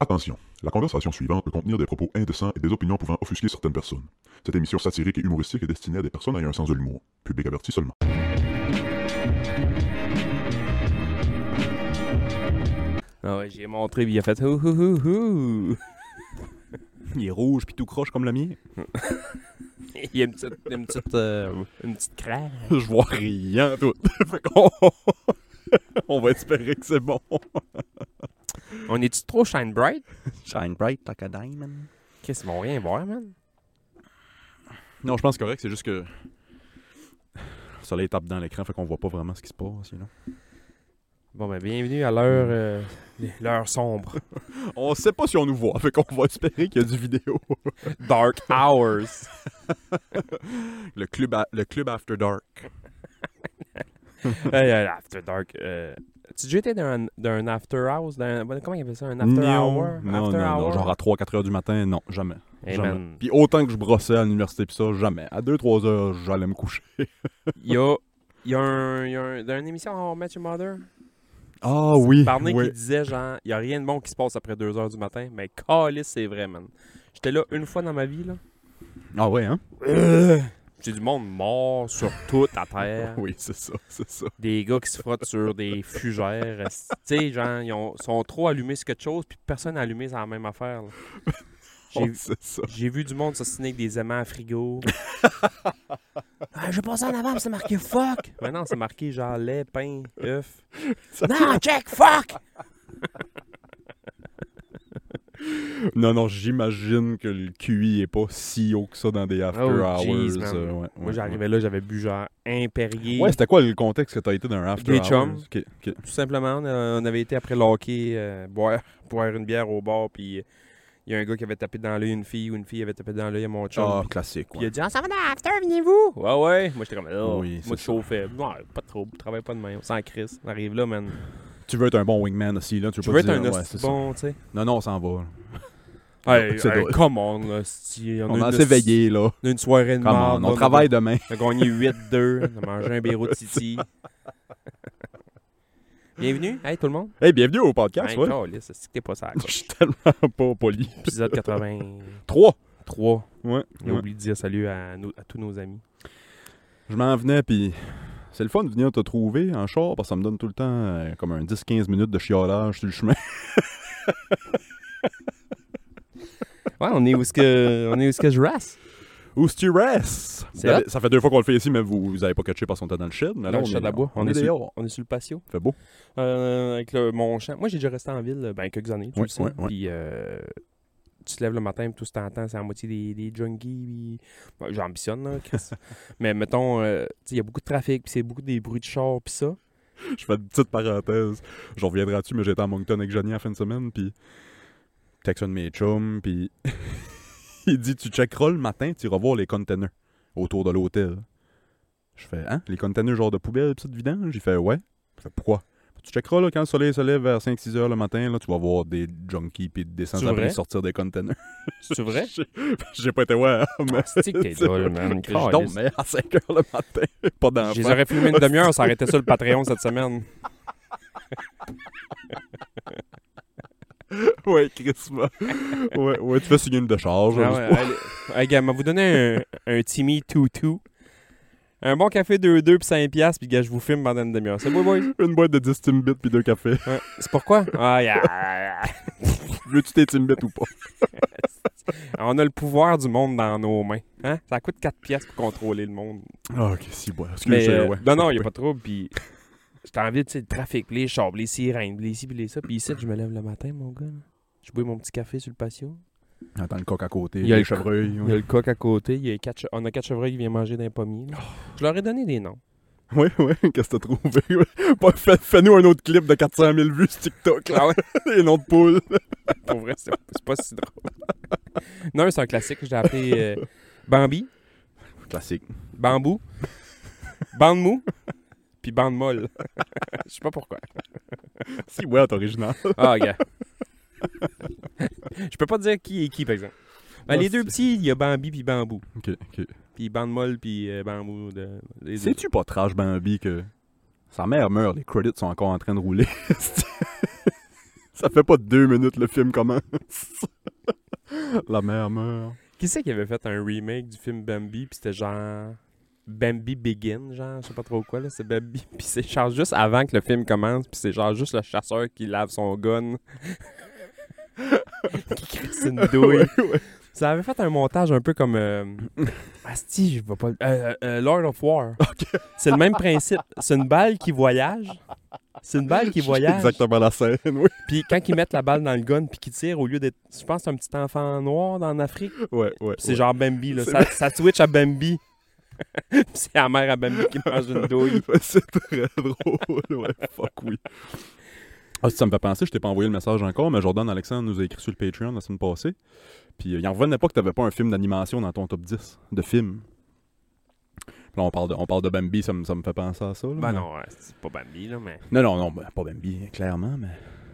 Attention, la conversation suivante peut contenir des propos indécents et des opinions pouvant offusquer certaines personnes. Cette émission satirique et humoristique est destinée à des personnes ayant un sens de l'humour. Public averti seulement. Ah ouais, j'ai montré, puis il a fait hou hou hou hou. Il est rouge puis tout croche comme le mien. Il y a une petite, une petite, euh, une petite craque. Je vois rien tout. Fait qu'on- On va espérer que c'est bon. On est-tu trop shine bright? Shine bright like a diamond. Qu'est-ce qu'ils vont rien voir, man? Non, je pense que c'est correct, c'est juste que le soleil tape dans l'écran, fait qu'on voit pas vraiment ce qui se passe, you know. Bon, ben, bienvenue à l'heure, euh, Hmm. l'heure sombre. On sait pas si on nous voit, fait qu'on va espérer qu'il y a du vidéo. Dark hours. Le club, a- le club After Dark. Hey, euh, after dark. Euh, tu déjà été dans un, dans un after hours? Dans, un- comment ils appellent ça? Un after non, hour? non, after non, non, hour? genre à 3-4 heures du matin, non, jamais. Hey, jamais. man, Puis autant que je brossais à l'université pis ça, jamais. À 2-3 heures, j'allais me coucher. il y a, il y a, un, il y a un- dans une émission How I Met Your Mother, Ah oui, Barney oui. qui disait genre, il y a rien de bon qui se passe après 2 heures du matin, mais calice, c'est vrai, man. J'étais là une fois dans ma vie, là. Ah ouais, hein? J'ai du monde mort sur toute la terre. Oui, c'est ça, c'est ça. Des gars qui se frottent sur des fugères. esti. Tu sais, genre, ils ont- sont trop allumés sur quelque chose, puis personne n'a allumé sur la même affaire. là. J'ai- Oh, c'est ça. J'ai vu du monde s'assiner avec des aimants à frigo. ah, je passais en avant, puis c'est marqué fuck. Maintenant, c'est marqué genre lait, pain, œuf. Non, check, fuck! Non, non, j'imagine que le QI est pas si haut que ça dans des after Oh, hours. jeez, man. euh, ouais, ouais, Moi, j'arrivais là, j'avais bu genre impérié. Ouais, Ouais, c'était quoi le contexte que t'as été dans un after Des hours? chums. Ok, ok. Tout simplement, on a- on avait été après le hockey euh, boire, boire une bière au bar, puis euh, il y a un gars qui avait tapé dans l'œil une fille, ou une fille avait tapé dans l'œil à mon chum. Ah, puis- classique, puis il ouais. a dit, on s'en va dans l'after, venez-vous! Ouais, ouais! Moi, j'étais comme, oh, Oui, c'est moi, ça. je chauffais. Non, pas de trouble, travaille pas de main, on s'en crisse. On arrive là, man. Tu veux être un bon wingman aussi, là. Tu veux, Tu pas veux être dire, un ouais, hostie c'est ça. bon, tu sais. Non, non, on s'en va. là. Hey, C'est hey, drôle. come on, là, hostie, On va une- s'éveiller, là. on a une soirée de Come marde, on, là, on travaille demain. On a gagné 8-2, on a mangé un bureau de Titi. Bienvenue, hey tout le monde. Hey, bienvenue au podcast, Hey, ouais. câlisse, c'est que t'es pas ça. Je suis tellement pas poli. Épisode 83. 3. Ouais. On a ouais. oublié de dire salut à, nos- à tous nos amis. Je m'en venais, puis c'est le fun de venir te trouver en char, parce que ça me donne tout le temps euh, comme un 10-15 minutes de chiolage sur le chemin. Ouais, on est où est-ce que, on est où est-ce que je race? Ou si tu restes. C'est Ça fait- ça fait deux fois qu'on le fait ici, mais vous, vous avez pas catché parce qu'on était dans le shed. Mais là, Dans le on shed est- à bois. On, est sur, dehors. on est sur le patio. Fait beau. Euh, avec le- mon champ. Moi, j'ai déjà resté en ville euh, ben, quelques années, tu Ouais, le sais. ouais, ouais. Puis euh, tu te lèves le matin, puis tout ce que t'entends, c'est à moitié des, des junkies. puis- Bon, J'ambitionne, là, Chris. Mais mettons, euh, tu sais, il y a beaucoup de trafic, puis c'est beaucoup des bruits de char, puis ça. Je fais une petite parenthèse. Je reviendrai dessus, mais j'étais à Moncton avec Johnny en fin de semaine, puis texte un de mes chums, puis il dit Tu checkeras le matin, tu iras voir les containers autour de l'hôtel. Je fais Hein Les containers, genre de poubelle, petite vidange J'ai fait Ouais. Je fais Pourquoi Tu checkeras là, quand le soleil se lève vers 5-6 heures le matin, là, tu vas voir des junkies puis des vrai? sans-abri sortir des containers. C'est vrai? J'ai pas été ouais, Ah, mais. C'est que t'es drôle, man. Je tombe, mais à 5 heures le matin, pas Je les d'enfant. aurais filmés une demi-heure, ça arrêtait ça le Patreon cette semaine. Ouais, Christmas. ouais, ouais, tu fais signer une décharge. Ah juste ouais, allez. Hey, gars, je vais vous donner un, un Timmy Toutou. Un bon café 2-2 puis 5 piastres, puis gars, je vous filme pendant une demi-heure. C'est beau, boy? Une boîte de 10 Timbits puis deux cafés. Ouais. C'est pourquoi? Ah, yeah. Veux-tu tes Timbits ou pas? On a le pouvoir du monde dans nos mains. Hein? Ça coûte 4 piastres pour contrôler le monde. Ah, ok, si, bon. Excuse-moi, Mais, euh, ouais. non, non, il n'y a pas de trouble, puis... J'étais envie, tu sais, le trafic, les chars, les sirènes, les ci, puis les ça. Puis ici, je me lève le matin, mon gars. là. Je bois mon petit café sur le patio. Attends, le coq à côté, Il y a les le co- chevreuils. Il y a Ouais. le coq à côté. Il y a quatre che- On a quatre chevreuils qui viennent manger d'un pommier. là. Je leur ai donné des noms. Ouais, ouais, qu'est-ce que t'as trouvé? Bon, fais- Fais-nous un autre clip de 400 000 vues sur TikTok, là. Ah ouais? Les noms de poules. Pour vrai, c'est c'est pas si drôle. non, c'est un classique. Je l'ai appelé euh, Bambi, Classique. Bambou, Bande mou, puis Bande molle. Je sais pas pourquoi. Si, ouais, t'es original. Ah, gars. Je peux pas dire qui est qui, par exemple. Ben, Non, les deux petits, il y a Bambi puis Bambou. Ok, ok. Puis Bande molle puis euh, Bambou. De, les deux. Sais-tu pas trash Bambi que sa mère meurt, les credits sont encore en train de rouler? Ça fait pas deux minutes le film commence. La mère meurt. Qui c'est qui avait fait un remake du film Bambi, puis c'était genre Bambi Begin, genre, je sais pas trop quoi, là, c'est Bambi, puis c'est genre juste avant que le film commence, puis c'est genre juste le chasseur qui lave son gun, qui crisse une douille. Ça avait fait un montage un peu comme. Euh... Asti, je vois pas. le- euh, euh, Lord of War. C'est le même principe. C'est une balle qui voyage. C'est une balle qui voyage. Exactement la scène, oui. Puis quand ils mettent la balle dans le gun puis qu'ils tirent, au lieu d'être. Je pense que c'est un petit enfant noir en Afrique. Ouais, ouais. Puis c'est genre Bambi, là. Ça, ça switch à Bambi. Puis c'est la mère à Bambi qui mange une douille. C'est très drôle, ouais, fuck oui. Ah, si ça me fait penser, je t'ai pas envoyé le message encore, mais Jordan Alexandre nous a écrit sur le Patreon la semaine passée. Puis euh, il en revenait pas que t'avais pas un film d'animation dans ton top 10 de films. Puis Là, on parle de, on parle de Bambi, ça me, ça me fait penser à ça. là, Ben mais- non, c'est pas Bambi, là, mais. Non, non, non, ben, pas Bambi, clairement, mais.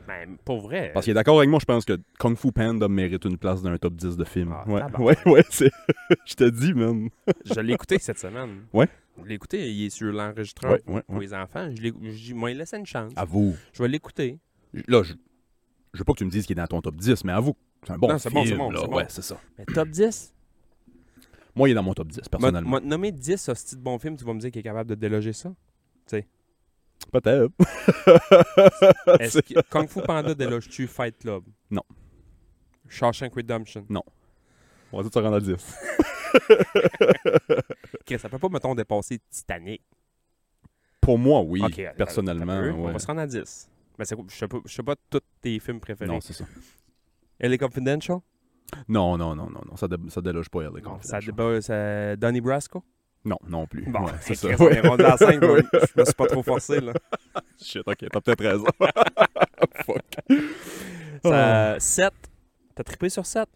Ben, pour vrai. Parce qu'il est d'accord avec moi, je pense que Kung Fu Panda mérite une place dans un top 10 de films. Ah, ouais, ouais, tabarnak. ouais, c'est. je te dis, man. Je l'ai écouté cette semaine. Ouais. Je l'ai écouté, il est sur l'enregistreur Ouais, ouais, pour ouais. les enfants. Je l'ai je- moi, il laissait une chance. Avoue. Je vais l'écouter. Là, je... je veux pas que tu me dises qu'il est dans ton top 10, mais avoue. C'est un bon Non, c'est film. bon, c'est bon, là. c'est bon. Ouais, c'est ça. Mais top 10 Moi, il est dans mon top 10, M'a personnellement. m'a nommé 10 hosties de bons films, tu vas me dire qu'il est capable de déloger ça. Peut-être. Est-ce que Kung Fu Panda déloge-tu Fight Club Non. Shawshank Redemption. On va dire que ça rend à 10. Chris, ça peut pas, mettons, dépasser Titanic. Pour moi, oui. Ok, attends, personnellement, attends un peu. On ouais. va se rendre à 10. Mais c'est- je sais pas, je sais pas tous tes films préférés. Non, c'est ça. Elle est Confidential? Non, non, non, non, non. Ça, dé- ça déloge pas elle, Non, ça, débat- ça, Donnie Brasco? Non, non plus. Bon, Ouais, c'est ça. Chris, on est rendu à 5, Ouais. je me suis pas trop forcé, là. Shit, ok, t'as peut-être raison. Fuck. Ah. Ça, 7. T'as trippé sur 7?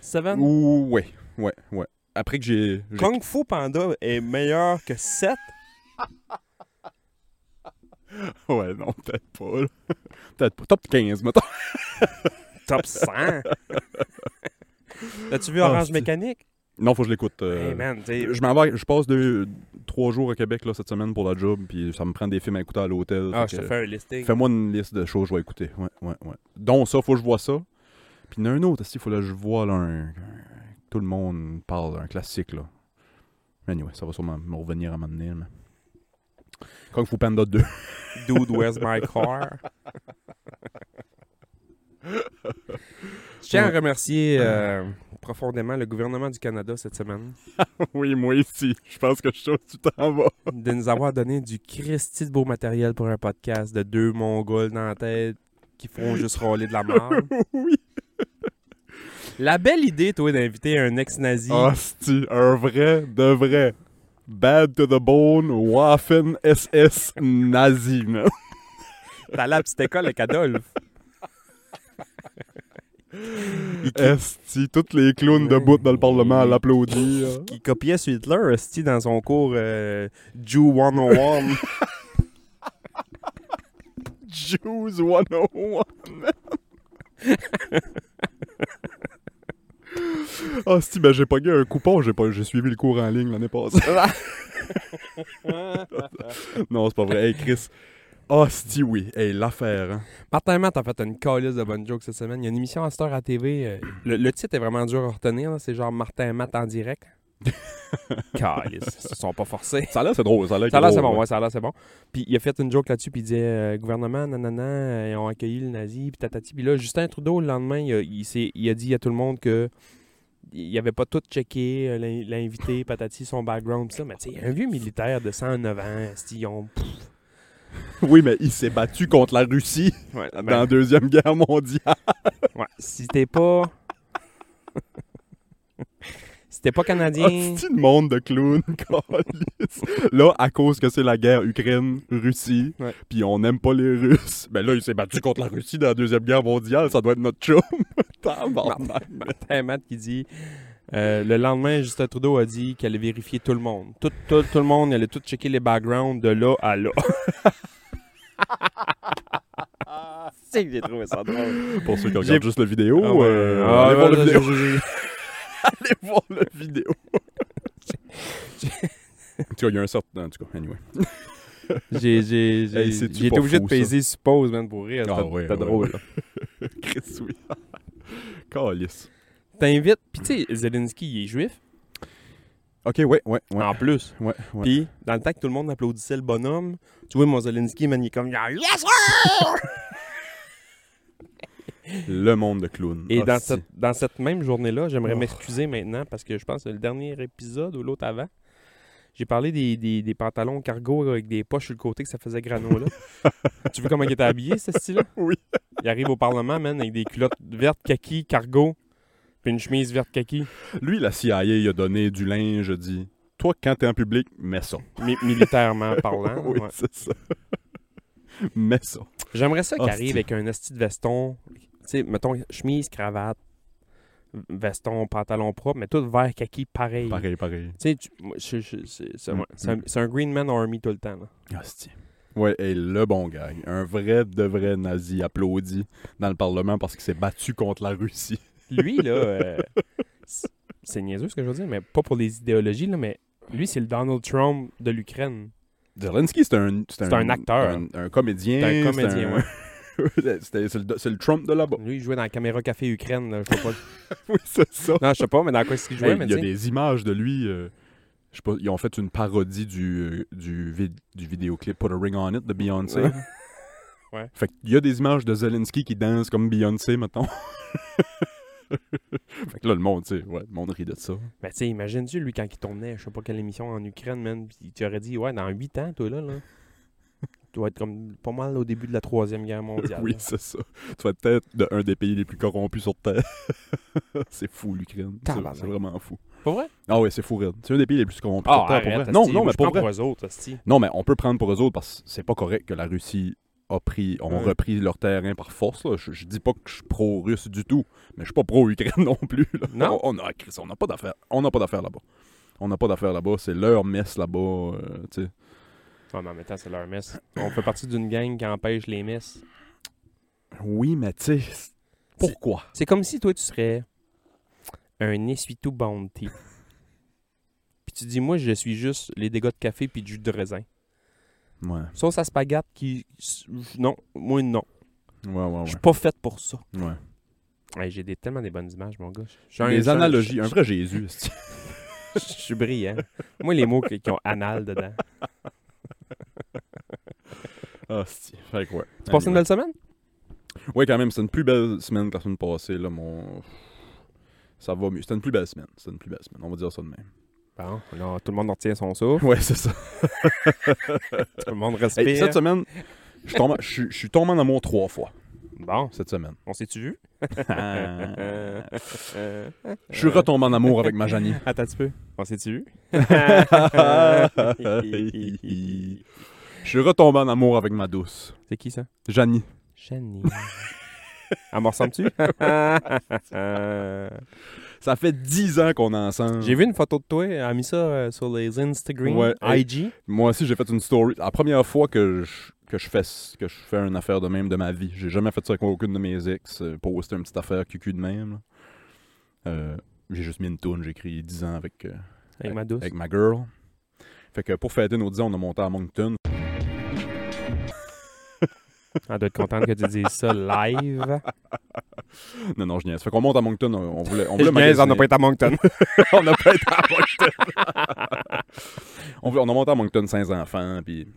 7? Ouh, ouais, ouais, ouais. Après que j'ai. j'ai- Kung Fu Panda est meilleur que 7? Ouais, non, peut-être pas. là. peut-être pas. Top 15, mettons. Top 100! T'as-tu vu Ah, Orange c'est- Mécanique? Non, faut que je l'écoute. euh, Hey man, t'sais, Je m'en vais, je passe deux, trois jours au Québec là, cette semaine pour la job, puis ça me prend des films à écouter à l'hôtel. ah, fait je te que- fais un listing. Fais-moi une liste de choses que je vais écouter. Ouais, ouais, ouais. Dont ça, faut que je vois ça. Puis il y en a un autre, il faut que je vois là, un- un- Tout le monde parle, un classique, là. Anyway, ça va sûrement me revenir à un moment donné, mais... Kung Fu Panda 2. Dude, where's my car? Je tiens à remercier euh, profondément le gouvernement du Canada cette semaine oui, moi ici. Je pense que je suis tu t'en vas. de nous avoir donné du Christi de beau matériel pour un podcast de deux Mongols dans la tête qui font juste râler de la merde. oui. La belle idée, toi, d'inviter un ex-nazi. Hostie, Ah, un vrai de vrai. Bad to the bone, Waffen SS nazi, man. T'as la petite école avec Adolphe. Esti, tous les clowns debout dans le Parlement à l'applaudir. Qui copiait sur Hitler, esti, dans son cours euh, Jew 101. Jews 101, man. Ah, si, ben j'ai pogné un coupon, j'ai pas, j'ai suivi le cours en ligne l'année passée. non, c'est pas vrai. Hey, Chris. Ah, si, oui. Hey, l'affaire, hein. Martin Matt a fait une calice de bonnes jokes cette semaine. Il y a une émission à cette heure à TV. euh, le, le titre est vraiment dur à retenir. là. C'est genre Martin Matt en direct. calice. Ils sont pas forcés. Ça là, c'est drôle. Ça là, Ça a l'air, c'est bon. Ouais, ça a l'air, c'est bon. Puis il a fait une joke là-dessus. Puis il disait euh, gouvernement, nanana, euh, ils ont accueilli le nazi. Puis tatati. Puis là, Justin Trudeau, le lendemain, il a, il s'est- il a dit à tout le monde que. Il avait pas tout checké, euh, l'in- l'invité, patati, son background, pis ça. Mais tu sais, un vieux militaire de 109 ans, esti, ils ont- Oui, mais il s'est battu contre la Russie dans Ben la Deuxième Guerre mondiale. Ouais, si t'es pas. si t'es pas canadien. Hostie, le monde de clowns, câlisse. Là, à cause que c'est la guerre Ukraine-Russie, Ouais. puis on n'aime pas les Russes, ben là, il s'est battu contre la Russie dans la Deuxième Guerre mondiale, ça doit être notre chum. Tabarnak. Martin Matt qui dit. euh, le lendemain, Justin Trudeau a dit qu'elle allait vérifier tout le monde. Tout, tout, tout le monde, elle allait tout checker les backgrounds de là à là. C'est que j'ai trouvé ça drôle. Pour ceux qui regardent juste la vidéo, Ah ouais. euh, Ah allez ouais, voir la ouais, vidéo. j'ai- j'ai- allez voir la vidéo. en tout cas, il y a un certain... En tout cas, anyway. J'ai j'ai- j'ai- Hey, c'est-tu j'ai été pas obligé fou, de peser suppose, man, pour rire. Ah, C'était ouais, c'était ouais, drôle. là. Chris, oui. Calice. T'invites, puis tu sais, Zelensky, il est juif, Ok, ouais, ouais, ouais. en plus. ouais, ouais. Puis, dans le temps que tout le monde applaudissait le bonhomme, tu vois, mon Zelensky, man, il est comme. Yes, sir! Le monde de clown. Et Ah, dans, si. cette, dans cette même journée-là, j'aimerais Oh. m'excuser maintenant parce que je pense que le dernier épisode ou l'autre avant, j'ai parlé des, des- des pantalons cargo avec des poches sur le côté que ça faisait granola. tu vois comment il était habillé, ce style-là? Oui. Il arrive au Parlement, man, avec des culottes vertes kaki, cargo, puis une chemise verte kaki, Lui, la CIA, il a donné du linge, dit Toi, quand t'es en public, mets ça. mi- militairement parlant. oui, ouais. c'est ça. mets ça. J'aimerais ça qu'il Hostie. arrive avec un asti de veston, tu sais, mettons, chemise, cravate, veston, pantalon propre, mais tout vert kaki pareil. Pareil, pareil. Tu sais, tu- moi, je- je- c'est c'est- Mm, ouais, c'est un, mm. c'est un Green Man Army tout le temps. là. Hostie. Ouais, et le bon gars. Un vrai de vrai nazi applaudi dans le Parlement parce qu'il s'est battu contre la Russie. Lui, là, euh, c'est- c'est niaiseux ce que je veux dire, mais pas pour les idéologies, là, mais lui, c'est le Donald Trump de l'Ukraine. Zelensky, c'est un, C'est un acteur. Un, un comédien. C'est un comédien, ouais. C'était- c'est le, c'est le Trump de là-bas. Lui, il jouait dans la caméra café Ukraine, là, je sais pas. Oui, c'est ça. non, je sais pas, mais dans quoi est-ce qu'il jouait, Hey, mais il y a tu sais, des images de lui. euh, je sais pas, ils ont fait une parodie du, euh, du, vid- du vidéoclip Put a Ring on It de Beyoncé. Ouais. Ouais. Fait qu'il y a des images de Zelensky qui danse comme Beyoncé, mettons. fait que là, le monde, tu sais, ouais, le monde rit de ça. Mais tu sais, imagine-tu, lui, quand il tournait, je sais pas quelle émission en Ukraine, man, pis tu aurais dit, ouais, dans 8 ans, toi, là, là, tu vas être comme pas mal au début de la Troisième Guerre mondiale. oui, là. c'est ça. Tu vas être peut-être de un des pays les plus corrompus sur Terre. c'est fou, l'Ukraine. C'est Tabarnak. c'est vraiment fou. Pas vrai? Ah ouais, c'est fou, Red. C'est un des pays les plus corrompus Ah, sur Terre, pour arrête, vrai. Non, asti, non, moi, mais je pour prends vrai. pour eux autres, asti. Non, mais on peut prendre pour eux autres parce que c'est pas correct que la Russie a pris, ont Ouais. repris leur terrain par force. là. Je, je dis pas que je suis pro-russe du tout, mais je suis pas pro-Ukraine non plus. là. Non? On, on a, Chris, on n'a pas d'affaires. On n'a pas d'affaires là-bas. On n'a pas d'affaires là-bas. C'est leur messe là-bas. euh, tu sais. Ouais, mais en même temps, c'est leur messe. On fait partie d'une gang qui empêche les messes. oui, mais tu sais, c'est- pourquoi? C'est comme si toi, tu serais un essuie-tout bounty. puis tu dis, moi, je suis juste les dégâts de café puis du jus de raisin. Ouais, ouais, Sauce à spaghetti qui... Non, moi, non. Ah ouais. Je suis pas faite pour ça. ouais. ouais. Ouais, J'ai des, tellement des bonnes images, mon gars. Je suis un- je Les suis un- analogies. je- Un vrai Jésus. c'est- Je je suis brillant. moi, les mots qui, qui ont anal dedans. Ah, c'est Fait que ouais. Tu passes une Anyway. belle semaine? Ouais, quand même, c'était une plus belle semaine que la semaine passée. Là, mon... Ça va mieux. C'était une plus belle semaine. C'était une plus belle semaine. On va dire ça de même. Bon, là, tout le monde retient son souffle. Ouais, c'est ça. tout le monde Hey, respire. cette semaine, je tombe- je suis- je suis tombé en amour trois fois Bon, cette semaine. on s'est-tu vu? Euh, je euh, suis retombé en amour avec ma Janie. Attends un petit Ah, peu. On s'est-tu vu? je suis retombé en amour avec ma douce. C'est qui ça? Janie. Chani. Elle me ressemble-tu? Euh, Ça fait dix ans qu'on est ensemble. J'ai vu une photo de toi, elle a mis ça euh, sur les Instagram, Ouais. IG. Moi aussi, j'ai fait une story. La première fois que je, que je fais que je fais une affaire de même de ma vie. J'ai jamais fait ça avec aucune de mes ex. euh, Poster une petite affaire cucu de même. là. Euh, j'ai juste mis une toune. J'ai écrit 10 ans avec, euh, Avec ma douce. avec ma girl. Fait que pour fêter nos 10 ans, on a monté à Moncton. Elle Ah, doit être contente que tu dises ça live. Non, non, je niaise. Fait qu'on monte à Moncton, on on voulait, on Je voulait niaise, on n'a magasiner. pas été à Moncton. on n'a pas été à Moncton. on, voulait- on a monté à Moncton sans enfants, puis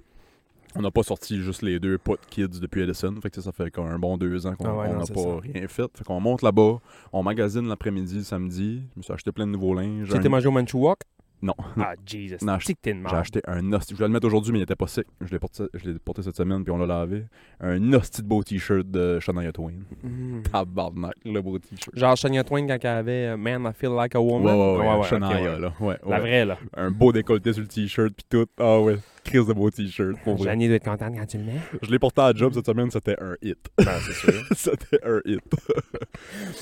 on n'a pas sorti juste les deux pas de kids depuis Edison. Fait que ça, ça fait un bon deux ans qu'on Ah ouais, on non, n'a c'est pas rien fait. Fait qu'on monte là-bas, on magasine l'après-midi, le samedi. Je me suis acheté plein de nouveaux linges. Tu étais Un- mangé au Manchu Walk? Non. Ah, Jesus. Non, Tu que t'es une J'ai marde. acheté un hostie. Je voulais le mettre aujourd'hui, mais il était pas sec. Je l'ai porté, je l'ai porté cette semaine, puis on l'a lavé. Un hostie de beau t-shirt de Shania Twain. Mm. Tabarnak, le beau t-shirt. Genre Shania Twain quand elle avait euh, Man, I feel like a Ouais, woman. ouais, ouais, ok, Shania, ouais. là. Ouais, La ouais. vraie, là. un beau décolleté sur le t-shirt puis tout. Ah ouais, crise de beau t-shirt. pour vrai. Janie doit être contente quand tu le mets. Je l'ai porté à la job cette semaine, c'était un hit. Ben, c'est sûr. c'était un hit.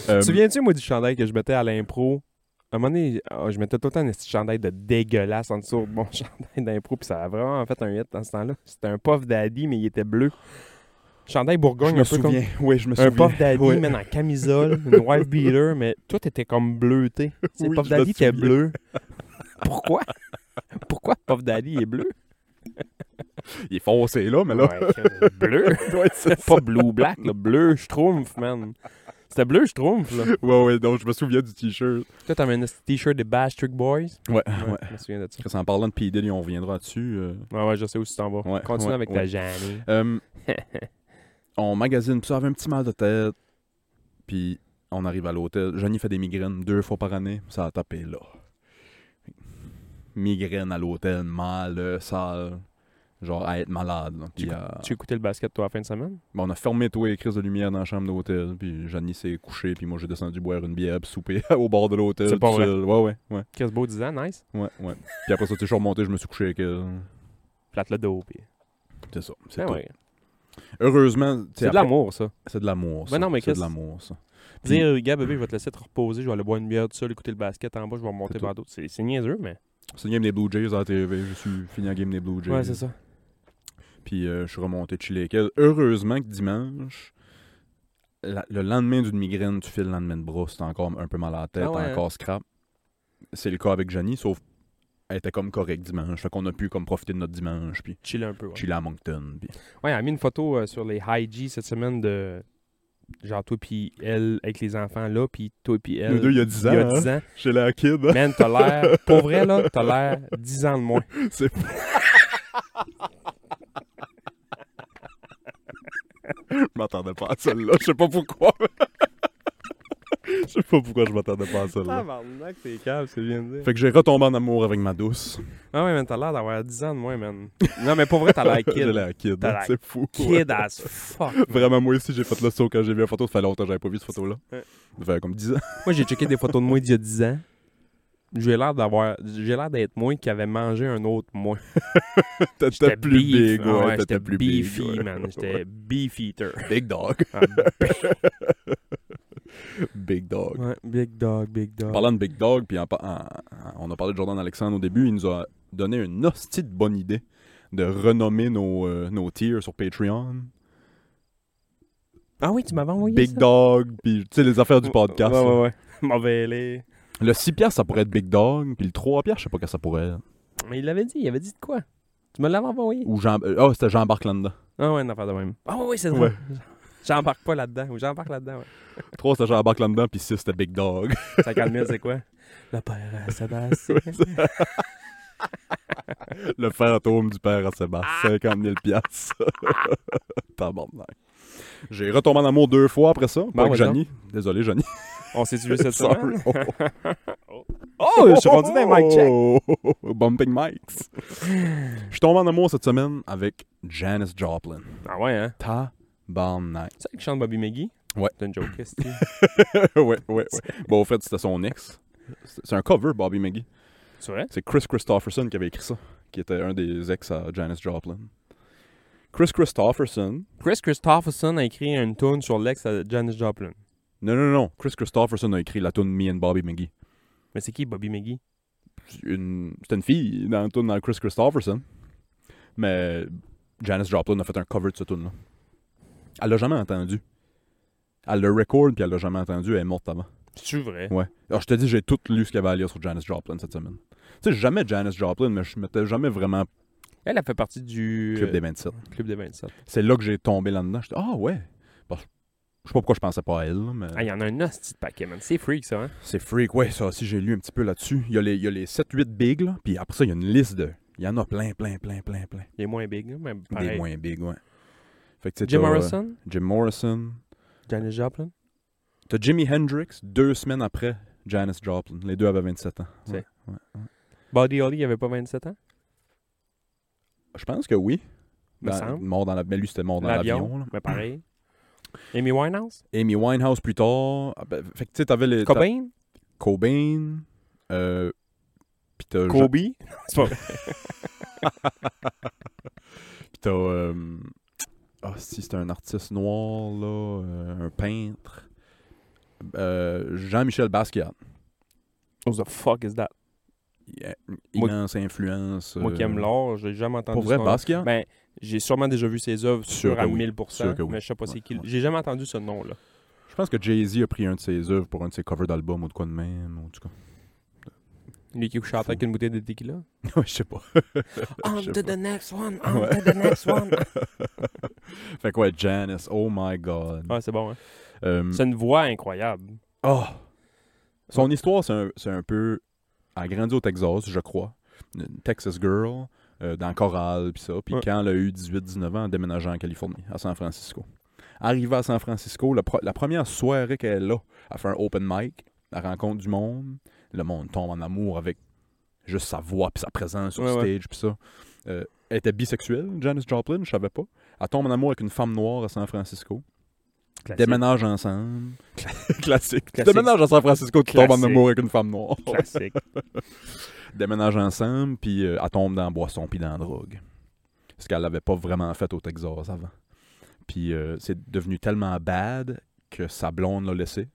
Euh, Tu te souviens-tu, moi, du chandail que je mettais à l'impro? À un moment donné, ah, je mettais tout le temps un petit chandail de dégueulasse en dessous de mon chandail d'impro, puis ça a vraiment fait un hit dans ce temps-là. C'était un puff daddy, mais il était bleu. Chandail je Bourgogne, me un peu comme souviens. Oui, je me un souviens. puff daddy, Ouais. mais en camisole, une wife beater, mais tout était comme bleuté. C'est Oui, puff je me daddy était souviens. bleu. Pourquoi? Pourquoi puff daddy est bleu? Il est foncé là, mais là. Ouais, bleu. Ouais, c'est ça. Pas blue black, là. Bleu schtroumpf, man. C'était bleu schtroumpf, là. Ouais, ouais, donc je me souviens du t-shirt. Toi, t'avais un t-shirt des Bastard Boys. Ouais, Ah, ouais. Je me souviens de ça. Chris, En parlant de P. Diddy, on reviendra dessus. euh. Ouais, ouais, je sais où tu t'en vas. Ouais, Continue ouais, avec ouais. ta Janie. Euh, on magazine, puis ça avait un petit mal de tête. Puis on arrive à l'hôtel. Johnny fait des migraines deux fois par année. Ça a tapé là. Migraine à l'hôtel, mal, euh, sale. Genre à être malade. là. Puis, à- tu écoutais le basket, toi, la fin de semaine? ben, on a fermé tous les crises de lumière dans la chambre d'hôtel. Puis Johnny s'est couché. Puis moi j'ai descendu boire une bière, puis souper au bord de l'hôtel. C'est pas tout vrai. seul. Ouais, ouais, ouais. Chris Beau disant, nice. Ouais, ouais. Puis après ça, tu sais, je suis remonté, je me suis couché avec elle. Plate le dos. Puis... C'est ça. C'est Ben tout. ouais. Heureusement, tu sais, C'est de après- l'amour, ça. c'est de l'amour. ça. Ben non, mais c'est de Chris- l'amour, ça. Puis- Dire, gars, bébé, je vais te laisser te reposer, je vais aller boire une bière tout seul, écouter le basket en bas, je vais remonter C'est tout. vers d'autres. C'est c'est niaiseux, mais. C'est une game des Blue Jays à la TV. Je suis fini en game des Blue Jays. Ouais, c'est ça. Puis euh, je suis remonté de avec elle. Heureusement que dimanche, la- le lendemain d'une migraine, tu fais le lendemain de bras. T'es encore un peu mal à la tête, Ah ouais, t'es encore scrap. C'est le cas avec Johnny, sauf elle était comme correcte dimanche. Fait qu'on a pu comme profiter de notre dimanche. Puis Chiller un peu. Ouais. chiller à Moncton. Puis Ouais, elle a mis une photo euh, sur les high G cette semaine de genre toi puis elle avec les enfants là, puis toi puis elle. Nous deux, il y a 10 ans, Il y a hein? 10 ans. chez la kid. Man, t'as l'air. Pour vrai, là, t'as l'air 10 ans de moins. C'est Je m'attendais pas à celle-là. Je sais pas pourquoi. Je sais pas pourquoi je m'attendais pas à celle-là. Tabarnak, t'es calme, c'est bien de dire. Fait que j'ai retombé en amour avec ma douce. Ah ouais, man, t'as l'air d'avoir 10 ans de moins, man. Non, mais pour vrai, t'as l'air J'ai kid. la kid. T'as la C'est fou. Kid as fuck. Vraiment, moi aussi, j'ai fait le saut quand j'ai vu la photo. Ça fait longtemps que j'avais pas vu cette photo-là. Ouais. Ça fait comme 10 ans. Moi, j'ai checké des photos de moi d'il y a 10 ans. J'ai l'air d'avoir. J'ai l'air d'être moi qui avait mangé un autre moi. T'étais plus beef. big, Ah ouais. j'étais T'étais plus big. beefy, ouais. man. J'étais beef eater. Big dog. Ah, Big dog. ouais, big dog, big dog. Parlant de Big Dog, puis en par- en- en- on a parlé de Jordan Alexandre au début, il nous a donné une hostie de bonne idée de renommer nos, euh, nos tiers sur Patreon. Ah oui, tu m'avais envoyé Big ça? Dog, puis tu sais, les affaires du podcast. Ouais, là. ouais, ouais. Mauvais lait. Le 6 piastres, ça pourrait être Big Dog, puis le 3 piastres, je sais pas que ça pourrait être. Mais il l'avait dit, il avait dit de quoi? Tu me l'avais envoyé? Ou Jean... euh, Ah, c'était Jean-Barc là-dedans. Ah ouais, une affaire de même. Ah oui, oui, c'est ça. Ouais. J'embarque pas là-dedans. Ou j'embarque là-dedans, ouais. 3, c'était Jean-Barc là-dedans, puis 6, c'était Big Dog. 50 000, c'est quoi? Le père à Sébastien. le fantôme du père à Sébastien, 50 000 piastres. Tabarnak. J'ai retombé en amour deux fois après ça, pas Bon, avec vas-y donc. Johnny. Désolé, Johnny. On s'est tué cette Sorry. semaine. Oh. Oh, je suis rendu dans Mike Check. Bumping mics. Je tombe en amour cette semaine avec Janis Joplin. Ah ouais, hein? Tabarnak. Tu sais que chante Bobby McGee? Ouais. C'est une joke, qu'est-ce que ouais, ouais, ouais. Bon, au fait, c'était son ex. C'est c'est un cover, Bobby McGee. C'est vrai? C'est Chris Christopherson qui avait écrit ça, qui était un des ex à Janis Joplin. Chris Christopherson. Chris Christopherson a écrit une tune sur l'ex à Janis Joplin. Non, non, non. Chris Christopherson a écrit la tune Me and Bobby McGee. Mais c'est qui Bobby McGee? Une... C'était une fille dans la tune dans Chris Christopherson. Mais Janis Joplin a fait un cover de ce tune là Elle l'a jamais entendu. Elle le record puis elle l'a jamais entendu. Elle est morte avant. C'est vrai? Ouais. Alors, je te dis, j'ai tout lu ce qu'il y avait à lire sur Janis Joplin cette semaine. Tu sais, jamais Janis Joplin, mais je m'étais jamais vraiment Elle, a fait partie du Club euh, des hein. 27. Club des hein. 27. C'est là que j'ai tombé là-dedans. J'étais, ah ouais. Parce- je sais pas pourquoi je pensais pas à elle, là, mais Ah, il y en a un hostie de paquet, man. C'est freak, ça, hein? c'est freak. Ouais, ça aussi, j'ai lu un petit peu là-dessus. Il y a les, il y a les 7-8 bigs, là, puis après ça, il y a une liste de. Il y en a plein, plein, plein, plein, plein. Il est moins big, là, mais pareil. Des moins bigs, ouais. Fait que, tu sais, Jim t'as, euh, Morrison? Jim Morrison. Janis Joplin? T'as Jimi Hendrix deux semaines après Janis Joplin. Les deux avaient 27 ans. C'est- Ouais. Buddy Holly, il avait pas 27 ans? Je pense que oui. Me Dans- semble. mort dans la... Mais lui, c'était mort dans l'avion. là. mais pareil. Amy Winehouse? Amy Winehouse plus tard. Ah, ben, fait que tu sais, t'avais les. t'as- Cobain? Cobain. Euh, Puis t'as. Jean- Kobe? C'est pas vrai. Puis t'as. euh, Ah, si, c'était un artiste noir, là. euh, un peintre. Euh, Jean-Michel Basquiat. What the fuck is that? Il a une Moi- Immense influence. Moi qui euh, aime l'art, j'ai jamais entendu Pour vrai, son nom. Basquiat Ben, j'ai sûrement déjà vu ses œuvres Sûr sur que à oui. 1000%, Sûr que oui. mais je sais pas c'est Ouais, qui. ouais. J'ai jamais entendu ce nom-là. Je pense que Jay-Z a pris un de ses œuvres pour un de ses covers d'album ou de quoi de même, ou en tout cas. Lui qui est couché à terre avec une bouteille de tequila. Ouais, je sais pas. On sais to pas. the next one, Ah on ouais. to the next one. Fait que ouais, Janice, oh my god. Ouais, c'est bon, hein. Euh, C'est une voix incroyable. oh. Son histoire, c'est un, c'est un peu. Elle a grandi au Texas, je crois. Une Texas girl, euh, dans Corral, puis ça. Puis Ouais. quand elle a eu 18-19 ans, elle déménageait en Californie, à San Francisco. Arrivée à San Francisco, la, pro- la première soirée qu'elle a, elle fait un open mic, elle rencontre du monde. Le monde tombe en amour avec juste sa voix, puis sa présence sur Ouais, ouais. stage, puis ça. Euh, elle était bisexuelle, Janis Joplin, je savais pas. Elle tombe en amour avec une femme noire à San Francisco. Déménage ensemble. Classique. Tu Classique. Déménage à San Francisco, tu tombes en Classique. amour avec une femme noire. Classique. Déménage ensemble, puis euh, elle tombe dans la boisson, puis dans la drogue. Ce qu'elle n'avait pas vraiment fait au Texas avant. Puis euh, c'est devenu tellement bad que sa blonde l'a laissé.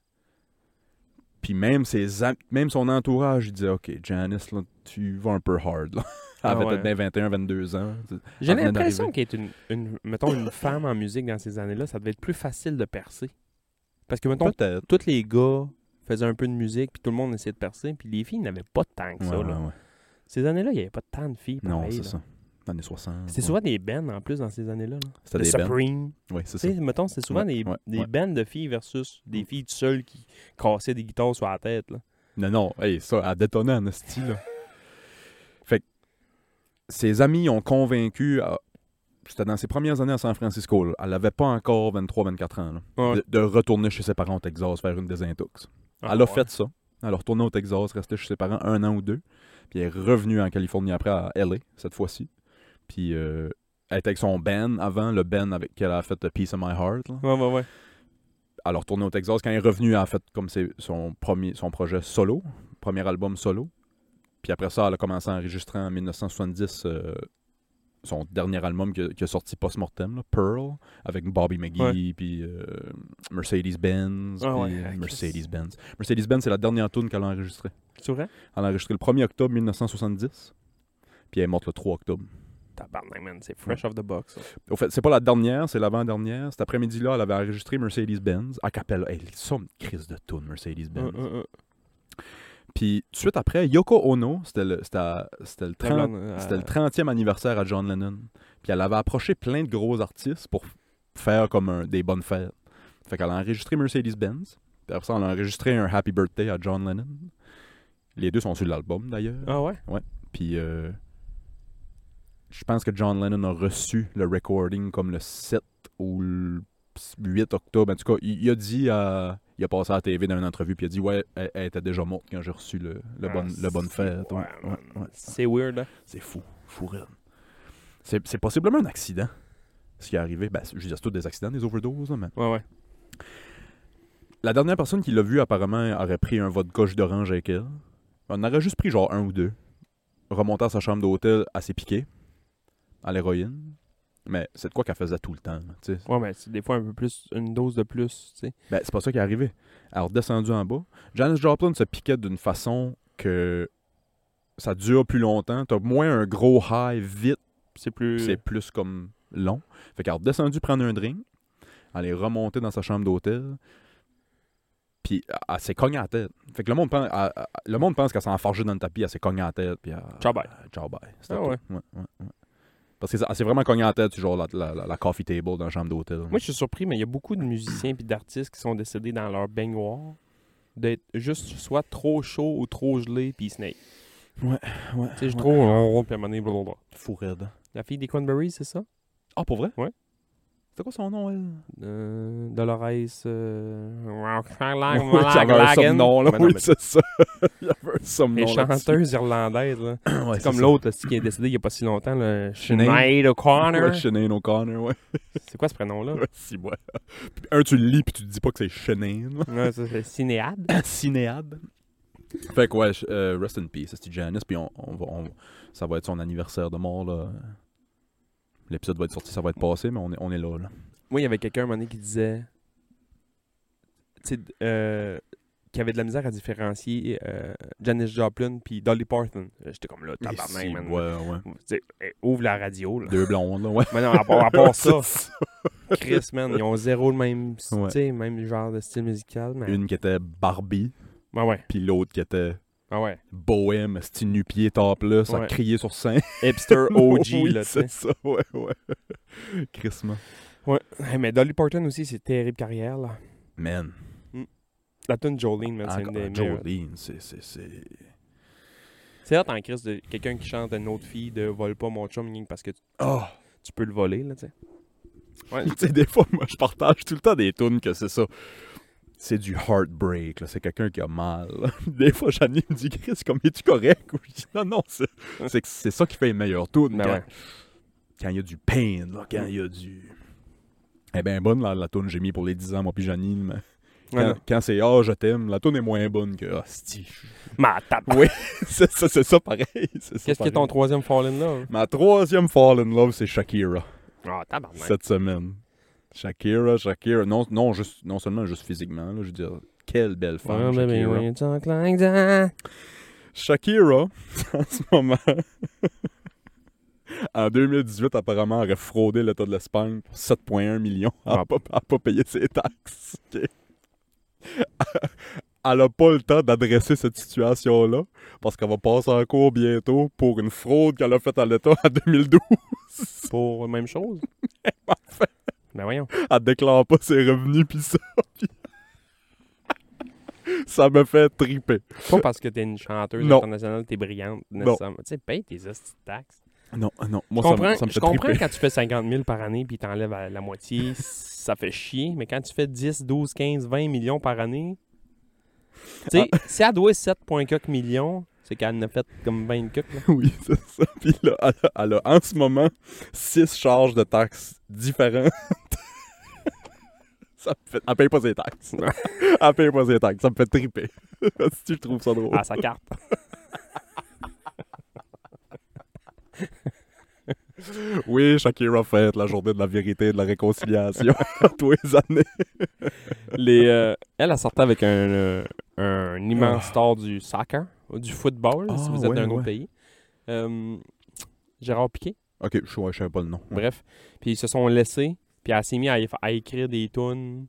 Puis même, ses am- même son entourage, il disait Ok, Janice, là, tu vas un peu hard. Là. Ah Elle avait ouais. peut-être 21, 22 ans. J'ai venait l'impression d'arriver. qu'être une, une- mettons, une femme en musique dans ces années-là, ça devait être plus facile de percer. Parce que, mettons, Peut-être. tous les gars faisaient un peu de musique, puis tout le monde essayait de percer, puis les filles n'avaient pas tant que ça. Ouais, là. ouais, ouais. Ces années-là, il n'y avait pas tant de filles. Non, pareil, c'est là. ça. Dans les 60. C'était ouais. souvent des bands en plus dans ces années-là. là. C'était Le des bands. Supreme. Oui, c'est ça. Tu sais, mettons, c'était souvent Ouais, des, ouais, des ouais. bands de filles versus des Mm. filles toutes seules qui cassaient des guitares sur la tête. là. Non, non, hey, ça, elle détonnait en esti, là. Fait que ses amis ont convaincu, à- c'était dans ses premières années à San Francisco, là, elle n'avait pas encore 23-24 ans, là, de, de retourner chez ses parents au Texas faire une désintox. Ah, elle a ouais. fait ça. Elle a retourné au Texas, resté chez ses parents un an ou deux, puis elle est revenue en Californie après à LA, cette fois-ci. Puis euh, elle était avec son band avant, le band avec qu'elle a fait euh, Peace of My Heart. là Ouais, ouais, ouais. elle a retourné au Texas. Quand elle est revenue, elle a fait comme c'est son, premier, son projet solo, premier album solo. Puis après ça, elle a commencé à enregistrer en 1970 euh, son dernier album qui a, qui a sorti post-mortem, là, Pearl, avec Bobby McGee, Ouais. puis euh, Mercedes-Benz. Ah ouais, puis, euh, Chris. Mercedes-Benz. Mercedes-Benz, c'est la dernière tune qu'elle a enregistrée. C'est vrai? Elle a enregistré le 1er octobre 1970, puis elle est morte le 3 octobre. Tabarnak, man. C'est fresh off the box. ça. Au fait, c'est pas la dernière, c'est l'avant-dernière. Cet après-midi-là, elle avait enregistré Mercedes-Benz à Capella. Hey, ils sont une crise de tune, Mercedes-Benz. Euh, euh, euh. Puis tout de suite après, Yoko Ono, c'était le, c'était à- c'était le, Ta 30 blonde, euh, c'était le 30e anniversaire à John Lennon. Puis elle avait approché plein de gros artistes pour f- faire comme un- des bonnes fêtes. Fait qu'elle a enregistré Mercedes-Benz. Puis après ça, elle a enregistré un Happy Birthday à John Lennon. Les deux sont sur l'album d'ailleurs. Ah ouais? Puis euh, je pense que John Lennon a reçu le recording comme le 7 ou le 8 octobre. En tout cas, il, il a dit à. Il a passé à la TV dans une entrevue, puis il a dit Ouais, elle, elle était déjà morte quand j'ai reçu le, le, Ah, bon, le bonne c'est- fête. Ouais, ouais, ouais, man. ouais. C'est weird, hein? C'est fou, fou raide. C'est c'est possiblement un accident, ce qui est arrivé. Ben, je veux dire, c'est tous des accidents, des overdoses, là, mais. Ouais, ouais. La dernière personne qui l'a vu, apparemment, aurait pris un vodka jus d'orange avec elle. On aurait juste pris genre un ou deux. Remontant à sa chambre d'hôtel, elle s'est piquée. À l'héroïne. Mais c'est de quoi qu'elle faisait tout le temps. là, tu sais. Ouais, mais c'est des fois un peu plus, une dose de plus, tu sais. Ben, c'est pas ça qui est arrivé. Elle est redescendue en bas. Janis Joplin se piquait d'une façon que ça dure plus longtemps. T'as moins un gros high vite. C'est plus. Puis c'est plus comme long. Fait qu'elle est redescendue prendre un drink, elle est remontée dans sa chambre d'hôtel, puis elle, elle s'est cognée à la tête. Fait que le monde pense, elle- elle- le monde pense qu'elle s'est enfargée dans le tapis, elle s'est cognée à la tête, puis elle- Ciao, bye. elle- ciao, bye. C'était Ah tout. ouais. Ouais, ouais, ouais. Parce qu'elle s'est vraiment cognée à la tête sur genre la, la- la- la coffee table dans la chambre d'hôtel. Moi, je suis surpris, mais il y a beaucoup de musiciens et d'artistes qui sont décédés dans leur baignoire d'être juste soit trop chaud ou trop gelé, puis ils snake. ouais, Tu sais, je ouais. trouve, on roule, puis à un moment donné, blablabla. Fou raide. La fille des Cranberries, c'est ça? Ah, pour vrai? Ouais. C'était quoi son nom, elle? Euh, Dolores. Euh... Oui, ça avait un somnom, là. Mais non, Oui, mais c'est ça. Il y avait un somnom Les là-dessus. chanteuses irlandaises, là. Ouais, C'est c'est comme ça. l'autre aussi qui est décédé il n'y a pas si longtemps, le Sinead. Sinead O'Connor. Ouais, Sinead O'Connor, ouais. C'est quoi ce prénom-là? Ouais, six mois. Puis un, tu le lis, puis tu te dis pas que c'est Chenin. Ouais, ça, c'est Cinéade. Cinéade. Fait que, ouais, je- euh, rest in peace, c'est Janice. Puis on, on va, on- ça va être son anniversaire de mort, là. L'épisode va être sorti, ça va être passé, mais on est, on est là, là. Moi, il y avait quelqu'un à un moment donné qui disait. Tu sais, euh, qui avait de la misère à différencier euh, Janis Joplin puis Dolly Parton. Euh, J'étais comme là, tabarnak, Et si, man. Ouais, ouais. Tu sais, eh, ouvre la radio, là. Deux blondes, là, ouais. Mais non, à part, à part ça, C'est Chris, man, ils ont zéro le même, tu Ouais. sais, même genre de style musical. Mais... Une qui était Barbie, Ouais, ouais. puis l'autre qui était Ah ouais. bohème, esti nu-pied, topless, à Ouais. crier sur scène. Hipster OG, Oui, là, tu sais. c'est ça, ouais, ouais. Crissement. Hey, mais Dolly Parton aussi, c'est terrible carrière, là. Man. La tune Jolene, man, c'est une Encore, des meilleures. Jolene, c'est... c'est- c'est- C'est là, en crise de quelqu'un qui chante à une autre fille de Vole pas mon chum, rien que parce que tu, Oh! tu peux le voler, là, tu sais. Ouais. Tu sais, des fois, moi, je partage tout le temps des tunes que c'est ça. C'est du heartbreak, là. C'est quelqu'un qui a mal. là. Des fois, Janine me dit, Chris, comme, es-tu correct? Ou je dis, non, non, c'est, c'est, que c'est ça qui fait les meilleures tunes. Ben quand, ouais. quand il y a du pain, là, quand il y a du... Eh ben bonne, la, la tune que j'ai mis pour les 10 ans, moi, puis Janine, mais Ouais, quand, non. quand c'est « Ah, je t'aime », la tune est moins bonne que « Ah, sti, je Ma tape. Oui. c'est ça, c'est ça pareil. c'est Qu'est-ce ça qui est pareil. ton troisième Fallen, là? Ma troisième Fall in Love, c'est Shakira Ah, tabarnak. cette semaine. Shakira, Shakira. Non, non, juste, non seulement juste physiquement, là, je veux dire, quelle belle femme. Ouais, baby, Shakira. when you talk like that. Shakira, en ce moment, en 2018, apparemment, aurait fraudé l'État de l'Espagne pour 7,1 millions à Ah. pas, à pas payer ses taxes. OK. Elle n'a pas le temps d'adresser cette situation-là parce qu'elle va passer en cours bientôt pour une fraude qu'elle a faite à l'État en 2012. Pour la même chose? ben voyons. Elle déclare pas ses revenus pis ça. pis- ça me fait triper. Pas parce que t'es une chanteuse Non. internationale, t'es brillante, nécessairement. Tu sais, paye tes hosties de taxes. Non, euh, non, Je moi comprends, je comprends quand tu fais 50 000 par année puis t'enlèves à la moitié, ça fait chier. Mais quand tu fais 10, 12, 15, 20 millions par année, tu sais, si elle doit 7,4 millions, c'est qu'elle en a fait comme 20 coques, là. Oui, c'est ça. Puis là, elle a, elle a en ce moment six charges de taxes différentes. ça me fait... Elle paye pas ses taxes. elle paye pas ses taxes. Ça me fait triper. si tu trouves ça drôle. à sa carte. Oui, Shakira fête la journée de la vérité et de la réconciliation tous les années. Les, euh, elle, elle sortait avec un, euh, un immense star du soccer, ou du football, si Ah, vous êtes ouais, d'un autre ouais. pays. Euh, Gérard Piquet, Ok, je ouais, je savais pas le nom. bref. Puis ils se sont laissés, puis elle s'est mise à, à écrire des tunes,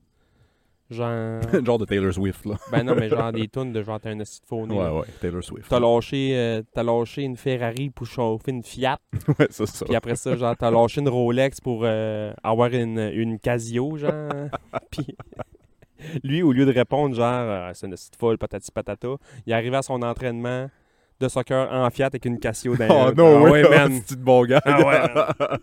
genre... Genre de Taylor Swift, là. ben non, mais genre des tunes de genre t'es un assis de faux nez, là. ouais, Taylor Swift. T'as lâché, euh, t'as lâché une Ferrari pour chauffer une Fiat, ouais, c'est ça. puis après ça, genre, t'as lâché une Rolex pour euh, avoir une, une Casio, genre. puis lui, au lieu de répondre, genre, Ah, c'est une petite folle, patati patata, il est arrivé à son entraînement de soccer en Fiat avec une Casio dans Oh les- non, Ah oui, ouais, man. c'est de bon gars. Ah ouais,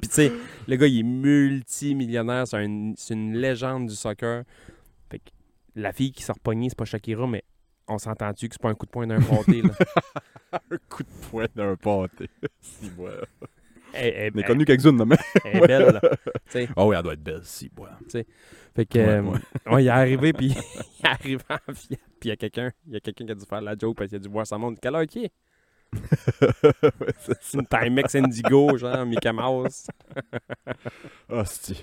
Puis tu sais, le gars, il est multimillionnaire, c'est un- c'est une légende du soccer. Fait que la fille qui sort repognée, c'est pas Shakira, mais on s'entend-tu que c'est pas un coup de poing d'un comté, là? un coup de poing d'un pâté. Si, ouais. Elle- elle- On est connu quelques-unes, non, mais. elle est belle, là. Ah ouais, elle doit être belle, si, ouais. Fait que, Ouais, euh, ouais. ouais, il est arrivé, puis il est arrivé en Fiat, puis il y a quelqu'un, il y a quelqu'un qui a dû faire la joke parce qu'il a dû voir sa montre. Quelle heure qu'il est? Ouais, c'est ça. Une Timex Indigo, genre Mickey Mouse. Ah, si.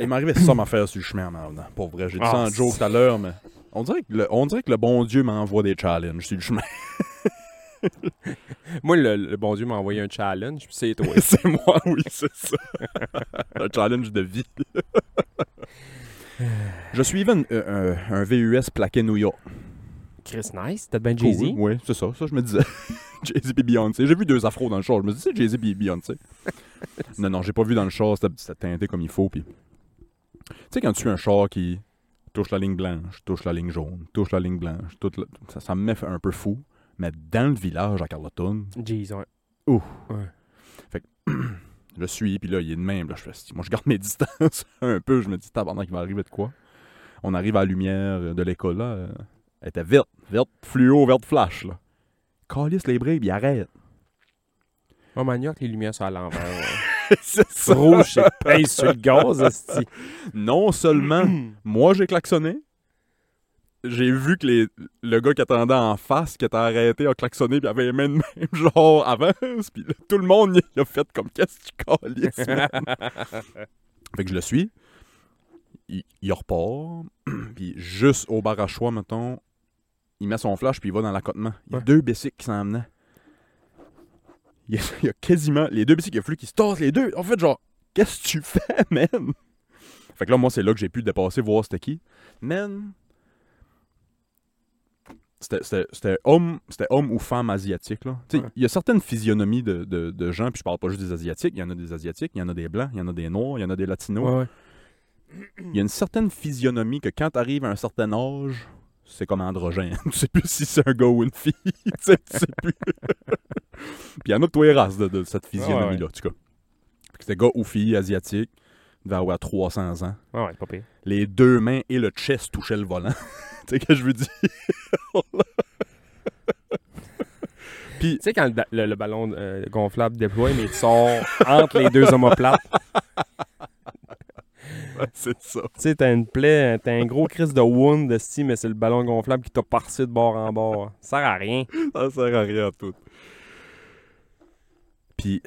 Il m'arrivait ça m'affaire sur le chemin en m'en venant. Pour vrai, j'ai dit ça Ah, en joke tout à l'heure, mais. On dirait, que le, on dirait que le bon Dieu m'envoie des challenges sur le chemin. Moi, le, le bon Dieu m'a envoyé un challenge, puis c'est toi. c'est moi, oui, c'est ça. un challenge de vie. Je suivais une- euh, un, un VUS plaqué New York. Chris Nice, c'était bien Jay-Z. Cool, Oui, c'est ça, ça je me disais. Jay-Z et Beyoncé. J'ai vu deux afros dans le show. Je me disais, c'est Jay-Z et Beyoncé. non, non, j'ai pas vu dans le char. C'était c'était teinté comme il faut. Puis... Tu sais, quand tu suis un char qui touche la ligne blanche, touche la ligne jaune, touche la ligne blanche, toute la- ça, ça me met un peu fou. Mais dans le village à Carleton, Jay-Z, ouais. je le suis, puis là, il est de même. Là, je fais, Si, moi, je garde mes distances un peu. Je me dis, tabarnak, il va arriver de quoi? On arrive à la lumière de l'école, là. euh, Elle était verte, verte fluo, verte flash, là. Calisse les bribes, il arrête. Oh, manioc, les lumières sont à l'envers. ouais. c'est ça. Rouge, c'est pince sur le gaz, hostie. Non seulement moi, j'ai klaxonné, j'ai vu que les, le gars qui attendait en face, qui était arrêté, a klaxonné, puis avait les mains de même, genre, avance, puis là, tout le monde, il a fait comme, qu'est-ce que tu calisses, man? Fait que je le suis. Il, il repart. puis juste au bar à choix, mettons, il met son flash puis il va dans l'accotement. Il y a Ouais. deux bicycles qui s'en amenaient. Il y, a, il y a quasiment... Les deux bicycles, il a fallu qu'ils se tassent les deux. En fait, genre, qu'est-ce que tu fais, man? Fait que là, moi, c'est là que j'ai pu dépasser, voir c'était qui. Man, C'était- C'était c'était homme, c'était homme ou femme asiatique. là. Tu sais, Ouais. Il y a certaines physionomies de, de- de gens, puis je parle pas juste des Asiatiques, il y en a des Asiatiques, il y en a des Blancs, il y en a des Noirs, il y en a des Latinos. Ouais, ouais. Il y a une certaine physionomie que quand t'arrives à un certain âge, c'est comme androgène. tu sais plus si c'est un gars ou une fille. tu sais tu sais plus. Puis il y en a de tous les races de, de cette physionomie-là, en tout cas. Fait que C'était gars ou fille asiatique, devait avoir 300 ans. Ah ouais, c'est pas pire. Les deux mains et le chest touchaient le volant. tu sais que je veux dire? Tu sais, quand le, da- le- le ballon euh, gonflable déploie, mais il sort entre les deux omoplates, c'est ça. tu sais, t'as une plaie, t'as un gros crise de wound de style, mais c'est le ballon gonflable qui t'a parcé de bord en bord. Ça sert à rien. Ça sert à rien à tout. Puis,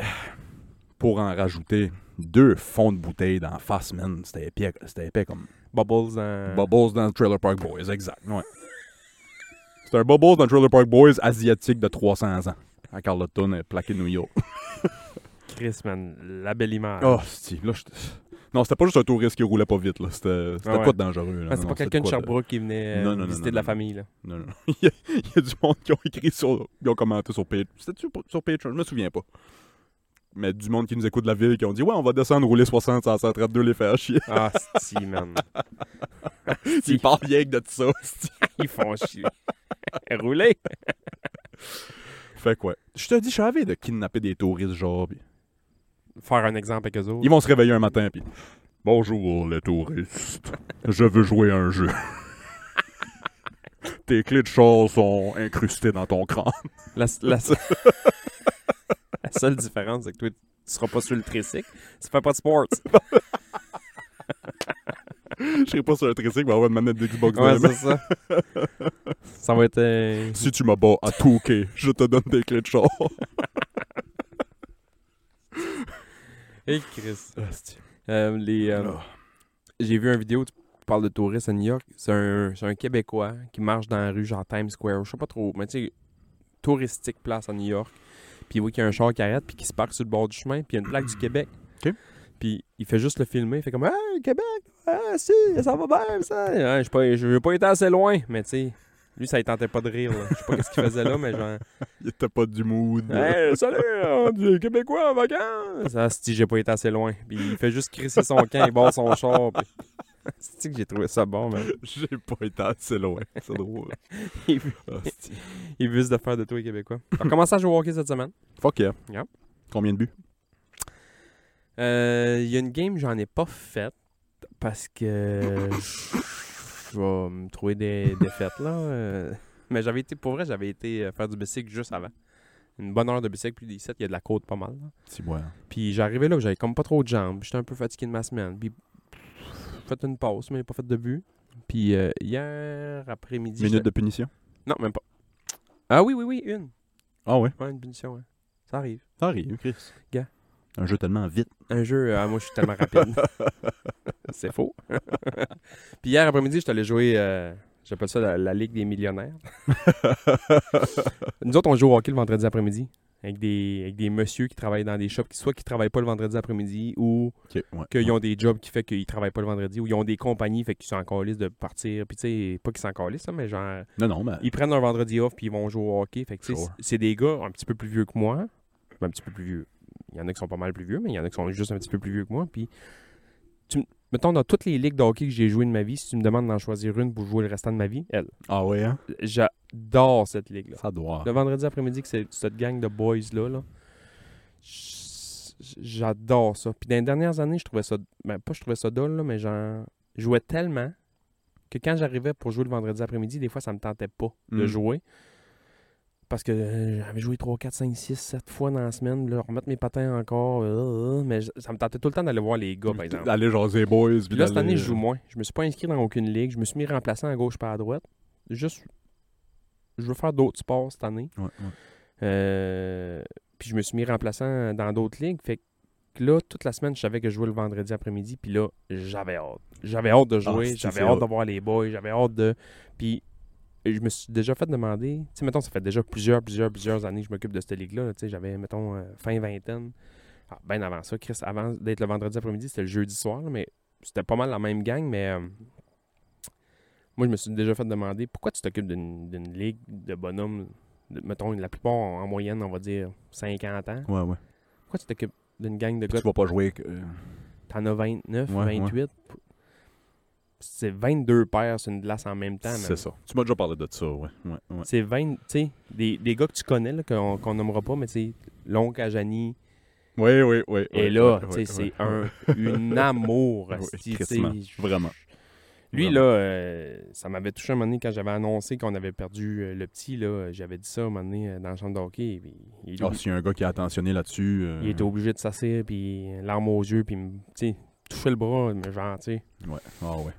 pour en rajouter, deux fonds de bouteille d'en face, man, c'était épais, c'était épais comme Bubbles en. Bubbles dans Trailer Park Boys, exact, ouais. C'est un Bubbles dans Trailer Park Boys asiatique de 300 ans. À Carleton, euh, plaqué de New York. Chris, man. La belle image. Oh, c'est là, je... Non, c'était pas juste un touriste qui roulait pas vite, là. C'était c'était Ah ouais. quoi de dangereux, là? Ah, Non, c'est pas non, c'était quelqu'un de quoi Sherbrooke qui venait euh, Non, non, non, visiter non, de la non. famille, là. Non, non. Il y, a, il y a du monde qui ont écrit sur. Ils ont commenté sur Patreon. C'était-tu pour- sur Patreon Je me souviens pas. Mais du monde qui nous écoute de la ville qui ont dit Ouais, on va descendre rouler 60 à 132 les faire chier. Ah, si, man. Si. Ils parlent bien que de ça. c'ti. Ils font chier. Rouler. fait quoi Je te dis, je savais de kidnapper des touristes, genre. pis Faire un exemple avec eux autres. Ils vont se réveiller un matin, puis. Bonjour, les touristes. Je veux jouer à un jeu. Tes clés de char sont incrustées dans ton crâne. La, la- la seule différence, c'est que toi, tu seras pas sur le tricycle. Tu fais pas de sports. Je serais pas sur un tricycle, mais avoir une manette d'Xbox dans Ouais, la main. c'est ça. ça va être. euh, Si tu me bats à Touquet, je te donne des clés de char. Hey, Chris. Euh, les, euh, J'ai vu une vidéo, tu parles de touristes à New York. C'est un, c'est un Québécois qui marche dans la rue, genre Times Square, je sais pas trop, mais tu sais, touristique place à New York. Puis il voit qu'il y a un char qui arrête, puis qui se parque sur le bord du chemin, puis il y a une plaque du Québec. Ok. Puis il fait juste le filmer, il fait comme Hey, Québec, ah si, ça va bien, ça. Ouais, je sais pas- je n'ai pas été assez loin, mais tu sais, lui, ça ne tentait pas de rire. là. Je sais pas ce qu'il faisait là, mais genre. Il était pas du mood. Hey, salut, on est des Québécois en vacances! Ah, si j'ai pas été assez loin. Puis il fait juste crisser son camp, il barre son char. Puis... C'est que j'ai trouvé ça bon, man. J'ai pas été assez loin. C'est drôle. Il veut- Hostie. il veut se faire de tous les Québécois. On commence à jouer au hockey cette semaine. Fuck yeah. Yeah. Combien de buts? Euh, Il y a une game, j'en ai pas faite parce que je je vais me trouver des défaites, là. Euh, Mais j'avais été, pour vrai, j'avais été euh, faire du bicycle juste avant. Une bonne heure de bicycle, puis 17, il y a de la côte pas mal. là. C'est moi. Puis j'arrivais là, j'avais comme pas trop de jambes. J'étais un peu fatigué de ma semaine. Puis j'ai fait une pause, mais j'ai pas fait de but. Puis euh, hier après-midi. Minute j'étais- de punition? Non, même pas. Ah oui, oui, oui, une. Ah ouais? Ouais, une punition, ouais. Ça arrive. Ça arrive, Chris. Gars. Un jeu tellement vite. Un jeu, euh, ah, moi je suis tellement rapide. C'est faux. Puis hier après-midi, je suis allé jouer, euh, j'appelle ça la, la Ligue des millionnaires. Nous autres, on joue au hockey le vendredi après-midi avec des, avec des messieurs qui travaillent dans des shops, qui soit qui travaillent pas le vendredi après-midi ou Ok, ouais. qu'ils ont des jobs qui fait qu'ils travaillent pas le vendredi ou ils ont des compagnies fait qu'ils sont en calice de partir. Puis tu sais, pas qu'ils sont en calice, là, mais genre, Non, non, mais. ils prennent leur vendredi off puis ils vont jouer au hockey. Fait que tu sais, Sure. c'est- c'est des gars un petit peu plus vieux que moi. Ben, un petit peu plus vieux. Il y en a qui sont pas mal plus vieux, mais il y en a qui sont juste un petit peu plus vieux que moi. Puis, tu m- mettons, dans toutes les ligues de hockey que j'ai jouées de ma vie, si tu me demandes d'en choisir une pour jouer le restant de ma vie, elle. Ah ouais, hein? J'adore cette ligue-là. Ça doit. Le vendredi après-midi, que c'est cette gang de boys-là, là, j- j'adore ça. Puis dans les dernières années, je trouvais ça... Ben, pas je trouvais ça dole, là, mais j'en jouais tellement que quand j'arrivais pour jouer le vendredi après-midi, des fois, ça me tentait pas de Mm. jouer. Parce que euh, j'avais joué 3, 4, 5, 6, 7 fois dans la semaine. Là, remettre mes patins encore. euh, euh, mais j- ça me tentait tout le temps d'aller voir les gars, par exemple. Aller jaser boys. Puis puis là, cette d'aller- année, je joue moins. Je me suis pas inscrit dans aucune ligue. Je me suis mis remplaçant à gauche par à droite. Juste, je veux faire d'autres sports cette année. Ouais, ouais. Euh, puis je me suis mis remplaçant dans d'autres ligues. Fait que là, toute la semaine, je savais que je jouais le vendredi après-midi. Puis là, j'avais hâte. J'avais hâte de jouer. Ah, c'est- j'avais c'est hâte hot. de voir les boys. J'avais hâte de. Puis je me suis déjà fait demander. Tu sais, mettons, ça fait déjà plusieurs, plusieurs, plusieurs années que je m'occupe de cette ligue-là. là. Tu sais, j'avais, mettons, euh, fin vingtaine. Ah, ben avant ça, Chris, avant d'être le vendredi après-midi, c'était le jeudi soir. là, mais c'était pas mal la même gang. Mais. euh, Moi, je me suis déjà fait demander pourquoi tu t'occupes d'une d'une ligue de bonhommes, de- mettons, la plupart en en moyenne, on va dire 50 ans. Ouais, ouais. Pourquoi tu t'occupes d'une gang de Puis gars tu vas pas jouer. que- euh, T'en as 29, Ouais, 28. C'est 22 paires sur une glace en même temps. man. C'est ça. Tu m'as déjà parlé de ça, ouais. ouais, ouais. C'est 20, tu sais, des, des gars que tu connais, là, qu'on qu'on nommera pas, mais tu sais, l'oncle à Janie Oui, oui, oui. est oui, là. tu oui, sais, oui, c'est oui. un une amour. Oui, asti, tu sais. crissement, Vraiment. Lui, Vraiment. là, euh, ça m'avait touché un moment donné quand j'avais annoncé qu'on avait perdu euh, le petit. là, euh, J'avais dit ça un moment donné euh, dans la chambre d'hockey. puis Il, Ah, s'il y a un gars qui est attentionné là-dessus. euh, il était obligé de s'asseoir, puis euh, larmes aux yeux, puis me- tu sais, toucher le bras, mais genre, tu sais. Ouais. Ah, ouais.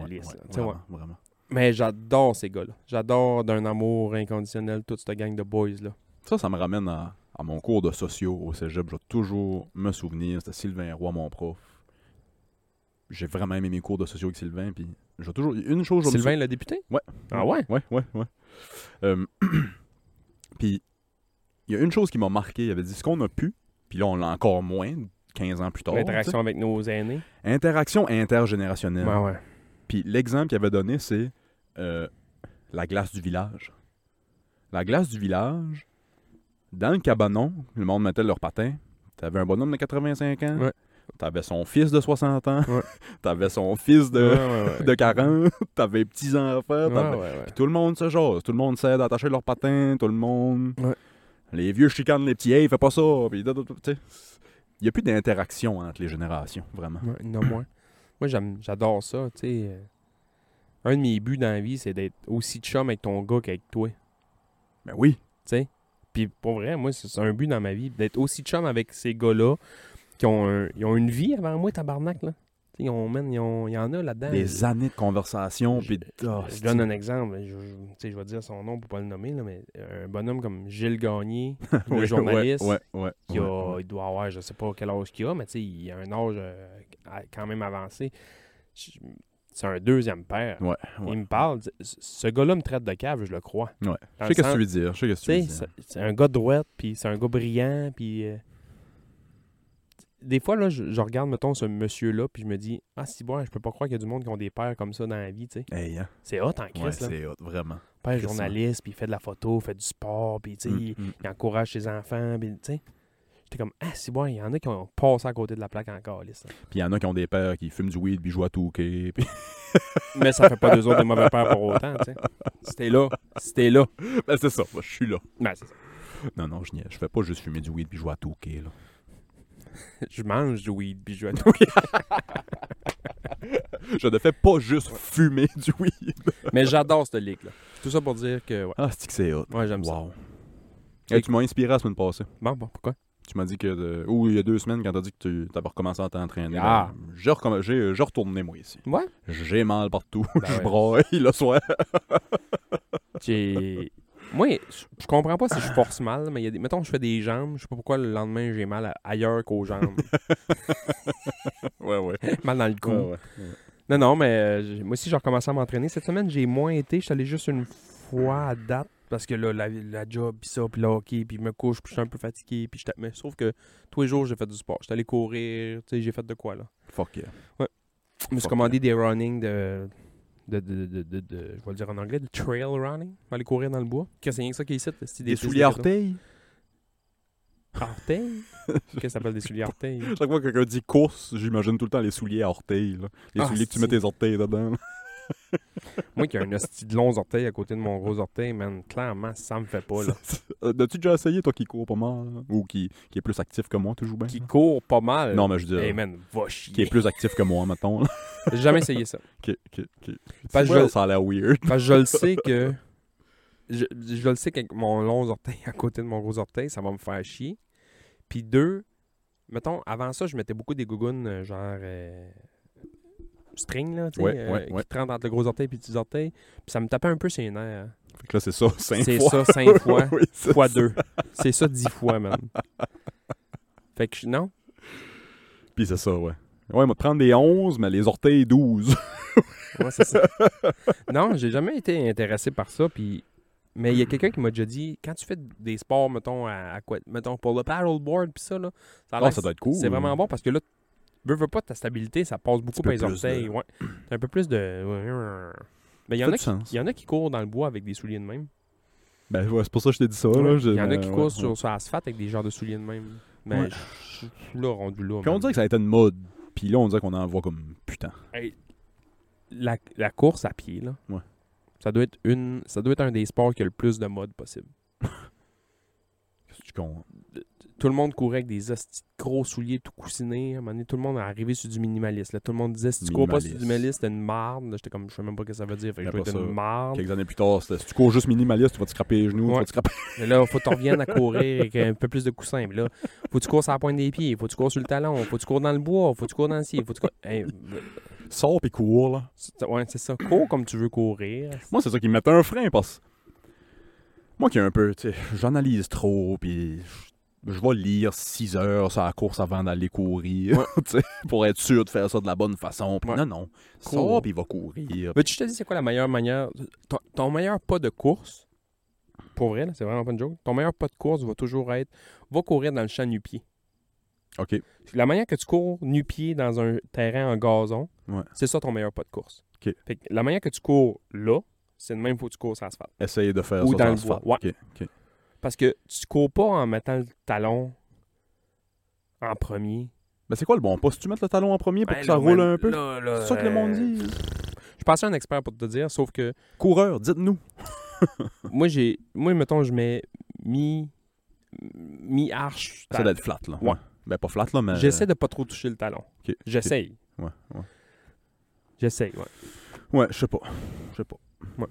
Calisse, là, tu sais, vraiment, vraiment. Mais j'adore ces gars-là. J'adore d'un amour inconditionnel toute cette gang de boys-là. Ça, ça me ramène à, à mon cours de sociaux au cégep. Je vais toujours me souvenir, c'était Sylvain Roy, mon prof. J'ai vraiment aimé mes cours de sociaux avec Sylvain. Puis, je vais toujours. Une chose, je me Sylvain, le député? Ouais. Ah ouais? Ouais, ouais, ouais. Euh, puis, il y a une chose qui m'a marqué. Il avait dit ce qu'on a pu, puis là, on l'a encore moins, 15 ans plus tard. L'interaction avec nos aînés. tu sais. Interaction intergénérationnelle. Ouais, ouais. Puis, l'exemple qu'il avait donné, c'est euh, la glace du village. La glace du village, dans le cabanon, le monde mettait leur patin. T'avais un bonhomme de 85 ans. Ouais. T'avais son fils de 60 ans. Ouais. T'avais son fils de, ouais, ouais, ouais. de 40. T'avais petits-enfants. Ouais, t'avais- ouais, ouais. tout le monde se jase, tout le monde s'aide à attacher leurs patins, tout le monde. Ouais. Les vieux chicanent les petits, hey, fais pas ça. Puis, da, da, da, tu sais, il n'y a plus d'interaction entre les générations, vraiment. Ouais, il y en a moins. Moi, j'aime- j'adore ça, tu sais. euh, Un de mes buts dans la vie, c'est d'être aussi chum avec ton gars qu'avec toi, tu Ben oui, sais. Puis pour vrai, moi, c'est c'est un but dans ma vie, d'être aussi chum avec ces gars-là qui ont, un- ils ont une vie avant moi, tabarnak, là. Tu sais, Ils ont, man, ils ont- il y en a là-dedans. des années de conversation, je- puis ah, Je c'est- donne un exemple, je, je- tu sais, je vais dire son nom pour pas le nommer, là, mais un bonhomme comme Gilles Gagné, le Oui, ouais, journaliste, ouais, ouais, qui a- ouais, ouais. il doit avoir, je sais pas quel âge qu'il a, mais tu sais, il a un âge euh, à- quand même avancé. Je- C'est un deuxième père. Ouais, ouais. Il me parle. tu- Ce ce gars-là me traite de cave, je le crois. Ouais. Je Dans sais le ce que sens- tu veux dire. Je sais ce que tu veux tu sais, dire. c'est c'est un gars droite, puis c'est un gars brillant, puis... euh, Des fois, là, je, je regarde, mettons, ce monsieur-là, puis je me dis, ah, si bon, je peux pas croire qu'il y a du monde qui ont des pères comme ça dans la vie, tu sais. Hey, hein. C'est hot en Ouais, Christ, là. c'est hot, vraiment. Père Christ, hein. journaliste, puis il fait de la photo, il fait du sport, puis tu sais, il- Mm, mm. il encourage ses enfants, puis tu sais. J'étais comme, ah, c'est bon, il y en a qui ont passé à côté de la plaque encore, là. ça. Puis il y en a qui ont des pères qui fument du weed, puis jouent à touquet. Puis... Mais ça fait pas deux autres des mauvais pères pour autant, tu sais. C'était là, c'était là. ben, c'est ça, moi, je suis là. Ben, c'est ça. Non, non, je niaise. Je fais pas juste fumer du weed, puis jouer à touquet. Là. Je mange du weed, puis je joue à- Je ne fais pas juste fumer du weed. Mais j'adore cette ligue, là. Tout ça pour dire que, ouais, Ah, c'est que c'est hot. ouais j'aime ça. Wow. Hey, tu m'as inspiré la semaine passée. Bon, bon, pourquoi? Tu m'as dit que. de- Ou il y a deux semaines, quand t'as dit que tu t'avais recommencé à t'entraîner. Ah. ben, J'ai recomm- j'ai- j'ai retourné, moi, ici. Ouais. J'ai mal partout. Ben je ouais. braille le soir. J'ai... Moi, je je comprends pas si je force mal, mais il y a des... mettons, je fais des jambes, je sais pas pourquoi le lendemain, j'ai mal à- ailleurs qu'aux jambes. Ouais, ouais. mal dans le cou. ouais, ouais. Non, non, mais euh, j'ai- moi aussi, j'ai recommencé à m'entraîner. Cette semaine, j'ai moins été. Je suis allé juste une fois à date parce que là, la, la job, puis ça, puis le hockey, puis je me couche, puis je suis un peu fatigué. Puis je tape- mais je trouve que tous les jours, j'ai fait du sport. Je suis allé courir, tu sais, j'ai fait de quoi, là. Fuck yeah. Je me suis Fuck commandé des running de. De, de, de, de- de- je vais le dire en anglais, de trail running. Je vais aller courir dans le bois. Qu'est-ce que c'est rien que ça qui est ici? C'est Des pistes souliers de à vélo. orteils. Orteils? Qu'est-ce que ça s'appelle des souliers à orteils? Chaque fois que quelqu'un dit course, j'imagine tout le temps les souliers à orteils. là. Les Ah, souliers que tu si. mets tes orteils dedans. là. Moi qui ai un hostie de longs orteils à côté de mon gros orteil, man, clairement, ça me fait pas, là. Euh, As-tu déjà essayé, toi, qui cours pas mal? là? Ou qui, qui est plus actif que moi, tu joues bien? Qui eh, là? court pas mal. Non, mais je dis. Hey euh, man, va Qui est chier. plus actif que moi, mettons. là. J'ai jamais essayé ça. Ok, ok, ok. Parce que Ouais, je- Ça a l'air weird. Parce que je le sais que. Je, je le sais qu'avec mon long orteil à côté de mon gros orteil, ça va me faire chier. Puis deux, mettons, avant ça, je mettais beaucoup des gougounes euh, genre. euh, string, là, tu sais, Ouais, euh, ouais, qui ouais. te rentrent entre le gros orteil et le petit orteil. Puis ça me tapait un peu sur les nerfs. hein. Fait que là, c'est ça, cinq C'est ça, fois. cinq fois, Oui, c'est fois ça. deux. C'est ça, dix fois, man. Fait que je- non, Puis c'est ça, ouais. Ouais, moi, prendre des 11, mais les orteils 12. Ouais, c'est ça. non, j'ai jamais été intéressé par ça. Puis... Mais il y a quelqu'un qui m'a déjà dit quand tu fais des sports, mettons, à, à quoi Mettons, pour le paddleboard, puis ça, là, ça, a Ah, l'air- ça doit être cool. ben, C'est vraiment bon parce que là, veux, veux pas ta stabilité, ça passe beaucoup peu par les plus orteils. de- Ouais. T'as un peu plus de. Mais il y Ça en fait a du qui- sens. il y en a qui courent dans le bois avec des souliers de même. Ben, ouais, c'est pour ça que je t'ai dit ça. Il là, je- y en a ben, qui ouais, courent ouais. sur, sur l'asphalte avec des genres de souliers de même. Mais Ouais. je- je suis là, rendu là. Puis on man. dirait que ça a été une mode. Puis là, on dirait qu'on en voit comme putain. la, la course à pied, là, Ouais. ça, doit être une, ça doit être un des sports qui a le plus de mode possible. Qu'est-ce que tu con? Tout le monde courait avec des hosties de gros souliers tout coussinés. À un moment donné, tout le monde est arrivé sur du minimaliste. là. Tout le monde disait si tu cours pas sur du minimaliste, Minimaliste. t'es une marde. Là, J'étais comme, je sais même pas ce que ça veut dire. Fait que je D'après dois être une ça, marde. Quelques années plus tard, c'était si tu cours juste minimaliste, tu vas te scraper les genoux, Ouais. tu vas te scraper. Mais là, faut que tu reviennes à courir avec un peu plus de coussin. Mais là, faut que tu cours sur la pointe des pieds, faut que tu cours sur le talon, faut que tu cours dans le bois, faut que tu cours dans le ciel, faut que tu cours. Hey, Sors pis cours, là. c'est- ouais, c'est ça. Cours comme tu veux courir. Moi, c'est ça qui me met un frein parce moi qui ai un peu, tu sais, j'analyse trop, puis je je vais lire 6 heures sur la course avant d'aller courir, tu sais, pour être sûr de faire ça de la bonne façon. Puis Ouais. Non, non, Cours. sors puis va courir. Mais tu te dis, c'est quoi la meilleure manière ton, ton meilleur pas de course, pour vrai, là, c'est vraiment pas une joke. Ton meilleur pas de course va toujours être va courir dans le champ nu-pied. OK. La manière que tu cours nu-pied dans un terrain en gazon, Ouais. c'est ça ton meilleur pas de course. OK. Fait que la manière que tu cours là, c'est le même faut que tu cours sur l'asphalte. Essayer de faire Ou ça dans le l'asphalte. bois, OK, OK. Parce que tu cours pas en mettant le talon en premier. Ben, c'est quoi le bon pas? Si tu mets le talon en premier pour Ben, que ça là, roule même- un peu, là, là, c'est ça que le monde euh, dit. Je passais un expert pour te dire, sauf que Coureur, dites-nous. moi, j'ai. Moi, mettons, je mets mi. mi-arche. Ça doit être flat, là. Ouais. Ben, pas flat, là, mais... J'essaie de pas trop toucher le talon. OK. J'essaye. Ouais, ouais. J'essaye, ouais. Ouais, je sais pas. Je sais pas. Ouais.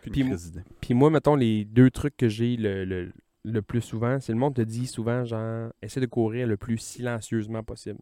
Aucune Puis crise d'idée. Puis moi, mettons, les deux trucs que j'ai le, le, le plus souvent, c'est le monde te dit souvent, genre, essaie de courir le plus silencieusement possible.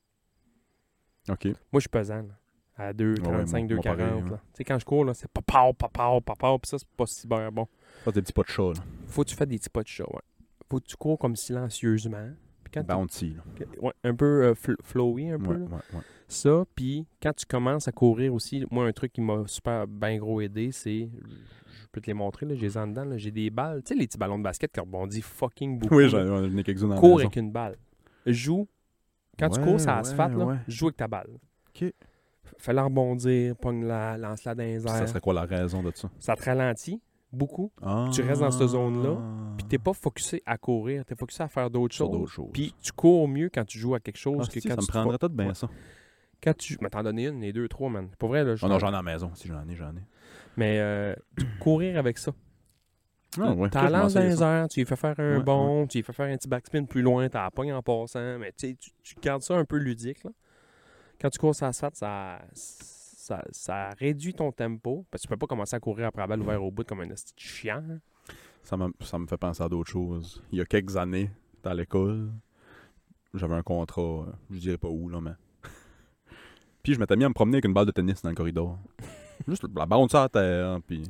OK. Moi, je suis pesant, là. À 2,35, Ah moi- moi 2,40. pareil, hein. ouais. là. Tu sais, quand je cours, là, c'est papao, papao, papao, puis ça, c'est pas si bien bon. Ça, des petits pas de chat, là. Faut que tu fasses des petits pas de chat, ouais. Faut que tu cours comme silencieusement. Puis quand t'es- Bounty, là. ouais, un peu euh, fl- flowy, un peu, Ouais, là. ouais, ouais. Ça, puis quand tu commences à courir aussi, moi, un truc qui m'a super bien gros aidé, c'est. Je peux te les montrer, là, j'ai les en dedans, là, j'ai des balles. Tu sais, les petits ballons de basket qui rebondissent fucking beaucoup. Oui, là. j'en j'en ai quelques-unes en Cours maison. avec une balle. Joue. Quand tu Ouais, cours ça ouais, asphalte, là, ouais. joue avec ta balle. OK. Fais-la rebondir, pogne-la, lance-la dans les Puis Ça airs. serait quoi la raison de ça? Ça te ralentit beaucoup. Ah. Tu restes dans cette zone-là, Puis t'es pas focusé à courir, t'es focusé à faire d'autres sur choses. d'autres choses. Puis tu cours mieux quand tu joues à quelque chose Ah, que si, quand ça tu me te prendrait fo- tout bien ça. Quand tu. Mais t'en donner une, les deux, trois, man. Pour vrai, là, je. Oh non, j'en ai à la maison. Si j'en ai, j'en ai. Mais euh, courir avec ça. Ah, ouais, T'as ça, je lances m'en dans sais, les ça. airs, tu lui fais faire un Ouais, bond, tu lui fais faire un petit backspin plus loin, t'as la pogne en passant, mais tu sais, tu, tu gardes ça un peu ludique. Là. Quand tu cours sur l'asphalte, ça, ça, ça réduit ton tempo, parce que tu peux pas commencer à courir après la balle ouverte au bout comme un esti de chiant. hein. Ça me, ça me fait penser à d'autres choses. Il y a quelques années, dans l'école, j'avais un contrat, euh, je dirais pas où, là, mais. puis je m'étais mis à me promener avec une balle de tennis dans le corridor. Juste la balle sur la terre, puis.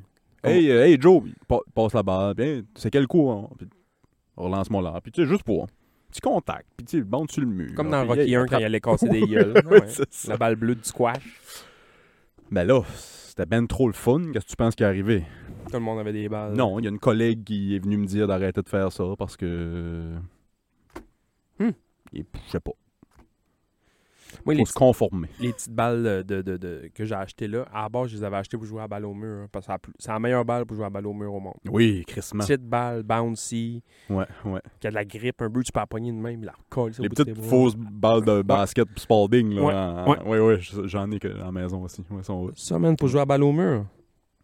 Oh. Hey, euh, hey Joe, puis pa- passe la balle, puis hey, c'est quel coup, hein? Puis, relance-moi là. Puis tu sais, juste pour. Petit contact, puis tu sais, bande sur le mur. Comme là, dans puis, Rocky hey, 1 quand il allait casser des gueules. attrape- Ouais, Ouais, c'est ça. La balle bleue du squash, Mais là, c'était ben trop le fun. Qu'est-ce que tu penses qui est arrivé? tout le monde avait des balles. Non, il y a une collègue qui est venue me dire d'arrêter de faire ça parce que. Hmm. Et, je sais pas. Moi, les, Faut se conformer. les petites balles de, de- de- que j'ai achetées là, à la base, je les avais achetées pour jouer à la balle au mur. hein, parce que c'est la plus- c'est la meilleure balle pour jouer à la balle au mur au monde. Oui, Christmas. Petite balle, bouncy. Ouais, ouais. qui a de la grippe un peu, tu peux la pogner de même, la colle Les petites fausses balles de basket spalding, là. Ouais, en- ouais. ouais, ouais, je- j'en ai que à la maison aussi. Ouais, sont Ça, man, pour jouer à balle au mur,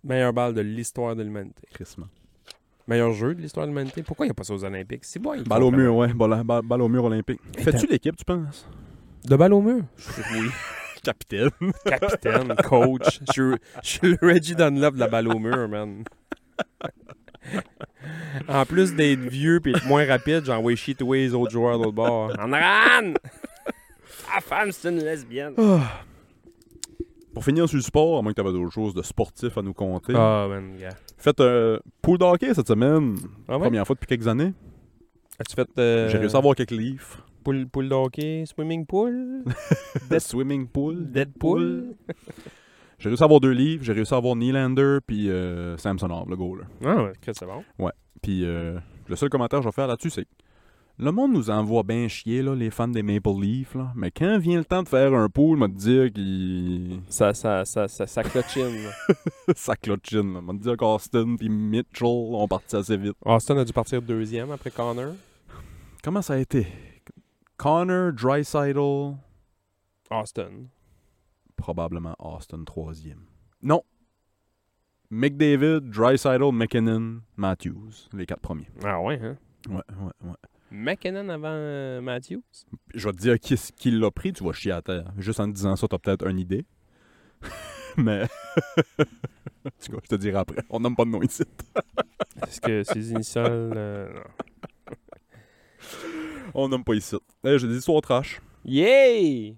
meilleure balle de l'histoire de l'humanité. Christmas. Meilleur jeu de l'histoire de l'humanité. Pourquoi il n'y a pas ça aux Olympiques? C'est bon. ils Balle au comprennent. mur, ouais. Balle, balle- balle au mur olympique. Fais-tu l'équipe, tu penses? De balle au mur? Oui. Capitaine. Capitaine, coach. Je suis- je suis le Reggie Dunlop de la balle au mur, man. en plus d'être vieux et moins rapide, j'ai envoyé shit away les autres joueurs de l'autre bord. En run! La femme, c'est une lesbienne. Pour finir sur le sport, à moins que t'avais d'autres choses de sportif à nous compter. Ah, man, gars. Faites un pool de hockey cette semaine. Ah ouais? Première fois depuis quelques années. As-tu fait. euh, J'ai réussi à avoir quelques livres. Pool, pool de hockey, swimming pool, The Swimming Pool. Deadpool. J'ai réussi à avoir deux livres. J'ai réussi à avoir Nylander puis euh, Samsonov, le goaler. Ah, ouais, Chris, c'est bon. Puis euh, le seul commentaire que je vais faire là-dessus, c'est Le monde nous envoie bien chier, là, les fans des Maple Leafs, là. Mais quand vient le temps de faire un pool, m'a te dire qu'il. Ça, ça, ça, ça, ça clochine. là. ça clochine, là. M'a te dire qu'Austin puis Mitchell ont parti assez vite. Austin a dû partir deuxième après Connor. Comment ça a été? Connor, Drysidle, Austin. probablement Austin troisième. Non. McDavid, Drysidle, McKinnon, Matthews, les quatre premiers. Ah ouais, hein? Ouais, ouais, ouais. McKinnon avant euh, Matthews? Je vais te dire qui, s- qui l'a pris, tu vas chier à terre. Juste en te disant ça, t'as peut-être une idée. Mais. En tout cas, je te dirai après. On nomme pas de nom ici. Est-ce que ses initiales. euh, non. On nomme pas ici. Eh, J'ai des histoires trash. Yay!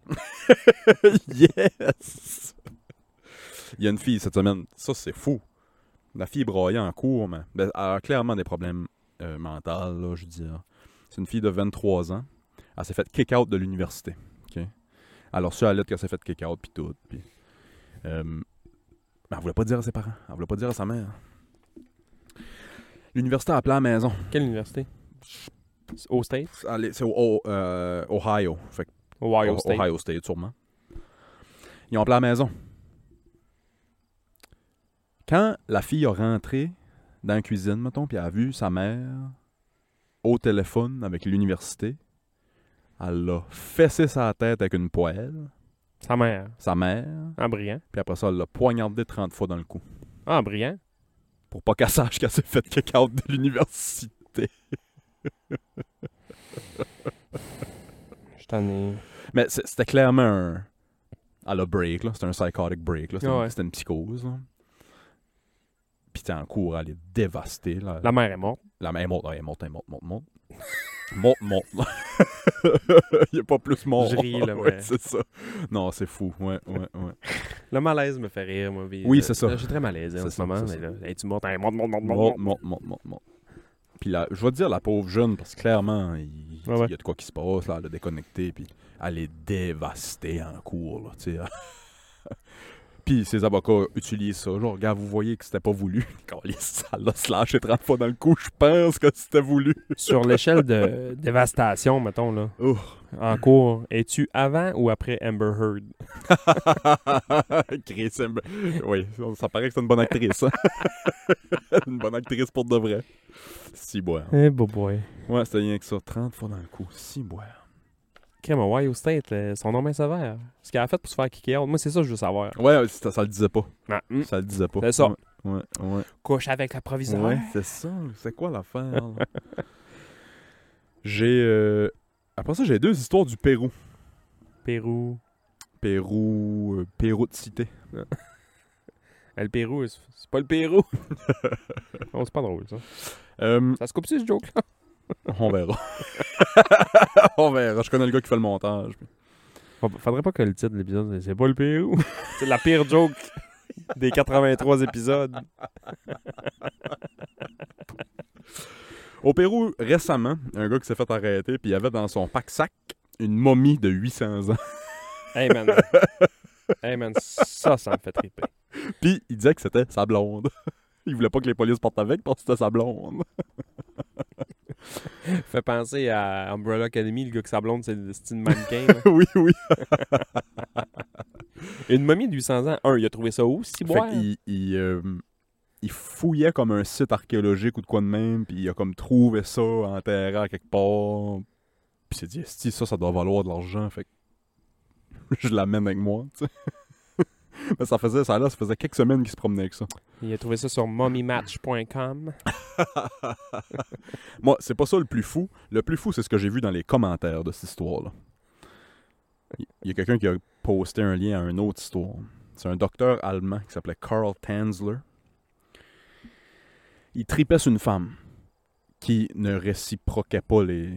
yes! Il y a une fille cette semaine. Ça, c'est fou. La fille broyait en cours, mais ben, elle a clairement des problèmes euh, mentaux, là, je veux dire. C'est une fille de 23 ans. Elle s'est faite kick-out de l'université. OK? Elle a reçu la lettre qu'elle s'est faite kick-out, puis tout. Puis, euh, mais elle voulait pas dire à ses parents. Elle voulait pas dire à sa mère. L'université a appelé à la maison. Quelle université? Au State? Elle est- C'est au, au- euh, Ohio. Fait que Ohio Ohio State. Ohio State, sûrement. Ils ont appelé à la maison. Quand la fille a rentré dans la cuisine, mettons, puis elle a vu sa mère au téléphone avec l'université, elle l'a fessé sa tête avec une poêle, Sa mère. sa mère, En brillant. puis après ça, elle l'a poignardée 30 fois dans le cou. En brillant. Pour pas qu'elle sache qu'elle s'est fait kick-out de l'université. Je t'en ai. Mais c'est- c'était clairement un. Elle a break, là. C'était un psychotic break, là. C'était Ouais. c'était une psychose, là. Puis t'es en cours, elle est dévastée, là. La mère est morte. La mère est morte, là. elle est morte, elle est morte, morte, morte. morte, morte. Il n'y a pas plus mort. Je ris, là, Ouais, mais- c'est ça. Non, c'est fou. Ouais, ouais, ouais. Le malaise me fait rire, moi. puis, Oui, euh, c'est ça. là, J'ai très malaise hein, C'est en ce ça, moment. c'est mais là, Es-tu morte? Hey, morte, morte, morte, Morte, morte, morte. morte, morte, morte, morte. Puis la- je vais te dire la pauvre jeune, parce que clairement, il, Ouais, ouais. il y a de quoi qui se passe, là. Elle a déconnecté, puis elle est dévastée en cours, là, tu sais. Puis ses avocats utilisent ça. Genre, regarde, vous voyez que c'était pas voulu. Quand les salles là, se lâchent 30 fois dans le cou, je pense que c'était voulu. Sur l'échelle de dévastation, mettons, là. Ouh. En cours, es-tu avant ou après Amber Heard? Chris Amber- Oui, ça- ça paraît que c'est une bonne actrice. hein. une bonne actrice pour de vrai. Si boire. Eh, beau boy. Ouais, c'était rien que ça. 30 fois dans le coup. Si boire. Crème Ohio State, là, son nom est sévère. Ce qu'elle a fait pour se faire kicker out, moi, c'est ça que je veux savoir. Ouais, ça, ça le disait pas. Ah, hum. Ça le disait pas. C'est ça. Ouais, ouais. ouais. Couche avec la proviseure. Ouais, c'est ça. C'est quoi l'affaire? là? j'ai. euh, Après ça, j'ai deux histoires du Pérou. Pérou. Pérou. euh, Pérou de cité. Ah, Le Pérou, c'est c'est pas le Pérou. non, c'est pas drôle, ça. Euh, Ça se coupe-tu, ce joke-là? on verra. on verra. Je connais le gars qui fait le montage. Faudrait pas que le titre de l'épisode, c'est pas le Pérou. c'est la pire joke des 83 épisodes. Au Pérou, récemment, un gars qui s'est fait arrêter, puis il avait dans son pack-sac une momie de 800 ans. Hey, man. Hey, man, ça, ça me fait triper. Puis il disait que c'était sa blonde. Il voulait pas que les polices partent avec parce que c'était sa blonde. Fait penser à Umbrella Academy, le gars que sa blonde, c'est le style mannequin. là. oui, oui. Une momie de 800 ans. Un, il a trouvé ça où, si Fait qu'il il, euh, il fouillait comme un site archéologique ou de quoi de même, puis il a comme trouvé ça enterré à quelque part. Puis il s'est dit, si ça, ça doit valoir de l'argent, fait que je l'amène avec moi, tu sais. Mais ça faisait ça là, ça faisait quelques semaines qu'il se promenait avec ça. Il a trouvé ça sur mommymatch.com. Moi, c'est pas ça le plus fou. Le plus fou, c'est ce que j'ai vu dans les commentaires de cette histoire-là. Il il y a quelqu'un qui a posté un lien à une autre histoire. C'est un docteur allemand qui s'appelait Karl Tanzler. Il tripait sur une femme qui ne réciproquait pas les,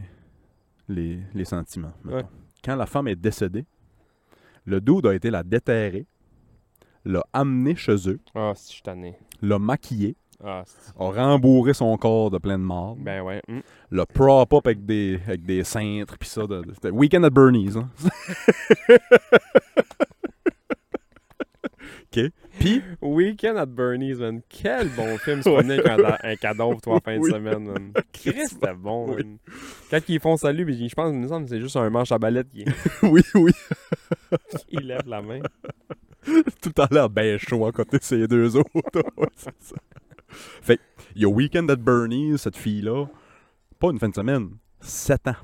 les, les sentiments. mettons. Ouais. Quand la femme est décédée, le dude a été la déterrer, l'a amenée chez eux, Ah, si, je suis tanné. l'a maquillée, Ah, si. a rembourré son corps de plein de morts Ben ouais. hum. le prop up avec des avec des cintres puis ça de, de- c'était Weekend at Bernie's hein. OK. Puis, Weekend at Bernie's, man. Quel bon film. Se promener avec un, un cadeau, toi, en fin de Oui. semaine, man. Christ, c'était bon, Oui. man. Quand ils font salut, mais je pense, il me semble que c'est juste un manche à balette qui oui, oui, qui lève la main. tout à l'air ben chaud à côté de ces deux autres. Ouais, c'est ça. Fait que, il y a Weekend at Bernie's, cette fille-là, pas une fin de semaine, 7 ans.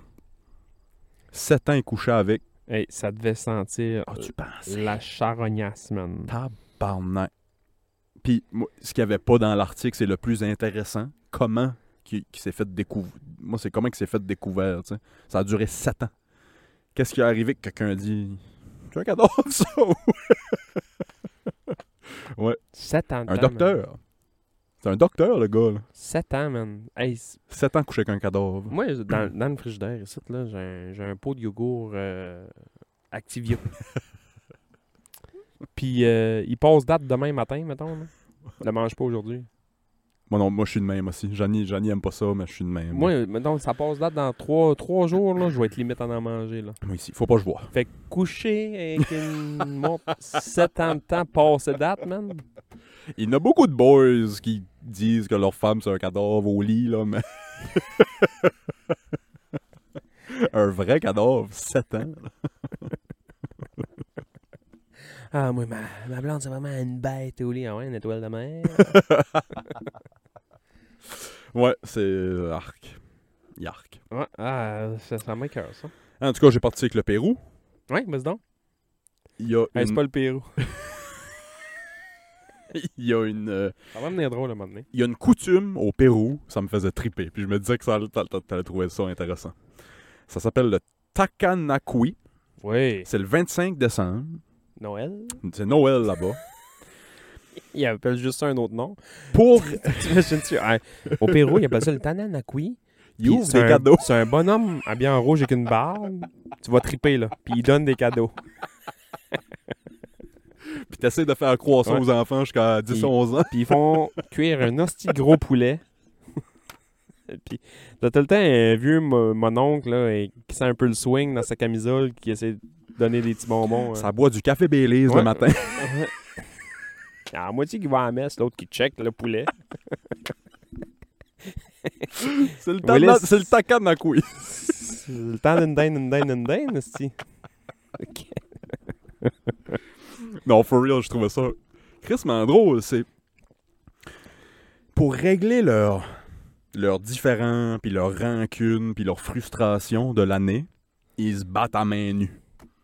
7 ans, il couchait avec. Hey, ça devait sentir Ah, tu penses? la charognasse, man. Tabarnak. Puis, moi, ce qu'il n'y avait pas dans l'article, c'est le plus intéressant. Comment qui, s'est fait découvrir. Moi, c'est comment qu'il s'est fait découvert. tu sais. Ça a duré sept ans. Qu'est-ce qui est arrivé que quelqu'un dit Tu as un cadavre, ça Sept ans de Un temps, man. docteur. C'est un docteur, le gars. là. Sept ans, man. Hey, c'est- Sept ans couché avec un cadavre. moi, dans, dans le frigidaire, ici, là, j'ai un, j'ai un pot de yogourt euh, Activia. Puis, euh, il passe date demain matin, mettons. Là. Je le mange pas aujourd'hui. Moi, non, moi, je suis de même aussi. Johnny, Johnny aime pas ça, mais je suis de même. Moi, mettons, ça passe date dans trois, trois jours, là, je vais être limite en en manger. Là. Moi, ici, faut pas que je vois. Fait que coucher avec une montre 7 ans de temps passé date, man. Il y en a beaucoup de boys qui disent que leur femme c'est un cadavre au lit, là, mais. un vrai cadavre, 7 ans. Ah, moi, ma, ma blonde, c'est vraiment une bête au lit. Ah ouais, une étoile de mer. Ouais, euh, c'est. Arc. Yark. ouais, ah, ça, ça m'écoeure, ça. En tout cas, j'ai parti avec le Pérou. Ouais, vas-y donc. Il y a Hey, c'est une. pas le Pérou. Il y a une. euh, Ça va venir drôle à un moment donné. il y a une coutume au Pérou, ça me faisait triper. Puis je me disais que ça allait- t'a- t'a- t'allais trouver ça intéressant. Ça s'appelle le Takanakui. Oui. C'est le 25 décembre. Noël. C'est Noël là-bas. Il appelle juste ça un autre nom. Pour. T'imagines-tu? Hey, au Pérou, il appelle ça le Tananakui. Il ouvre Puis des c'est un- cadeaux. C'est un bonhomme habillé en rouge avec une barbe. Tu vas triper, là. Puis il donne des cadeaux. Puis t'essaies de faire croire ça Ouais. aux enfants jusqu'à 10-11 ans. Puis ils font cuire un hostie de gros poulet. Puis t'as tout le temps un vieux mo- mononcle là, et- qui sent un peu le swing dans sa camisole qui essaie de donner des petits bonbons. hein. Ça boit du café Baileys Ouais. le matin. Il y en a la moitié qui va à la messe, l'autre qui check le poulet. C'est le, Willis. tana- c'est le tacan à couille. C'est le temps d'une dinde, une dinde, une dinde, hostie. Non, for real, je trouvais ça crissement drôle. C'est pour régler leurs leurs différends, puis leurs rancunes, puis leurs frustrations de l'année, ils se battent à main nue.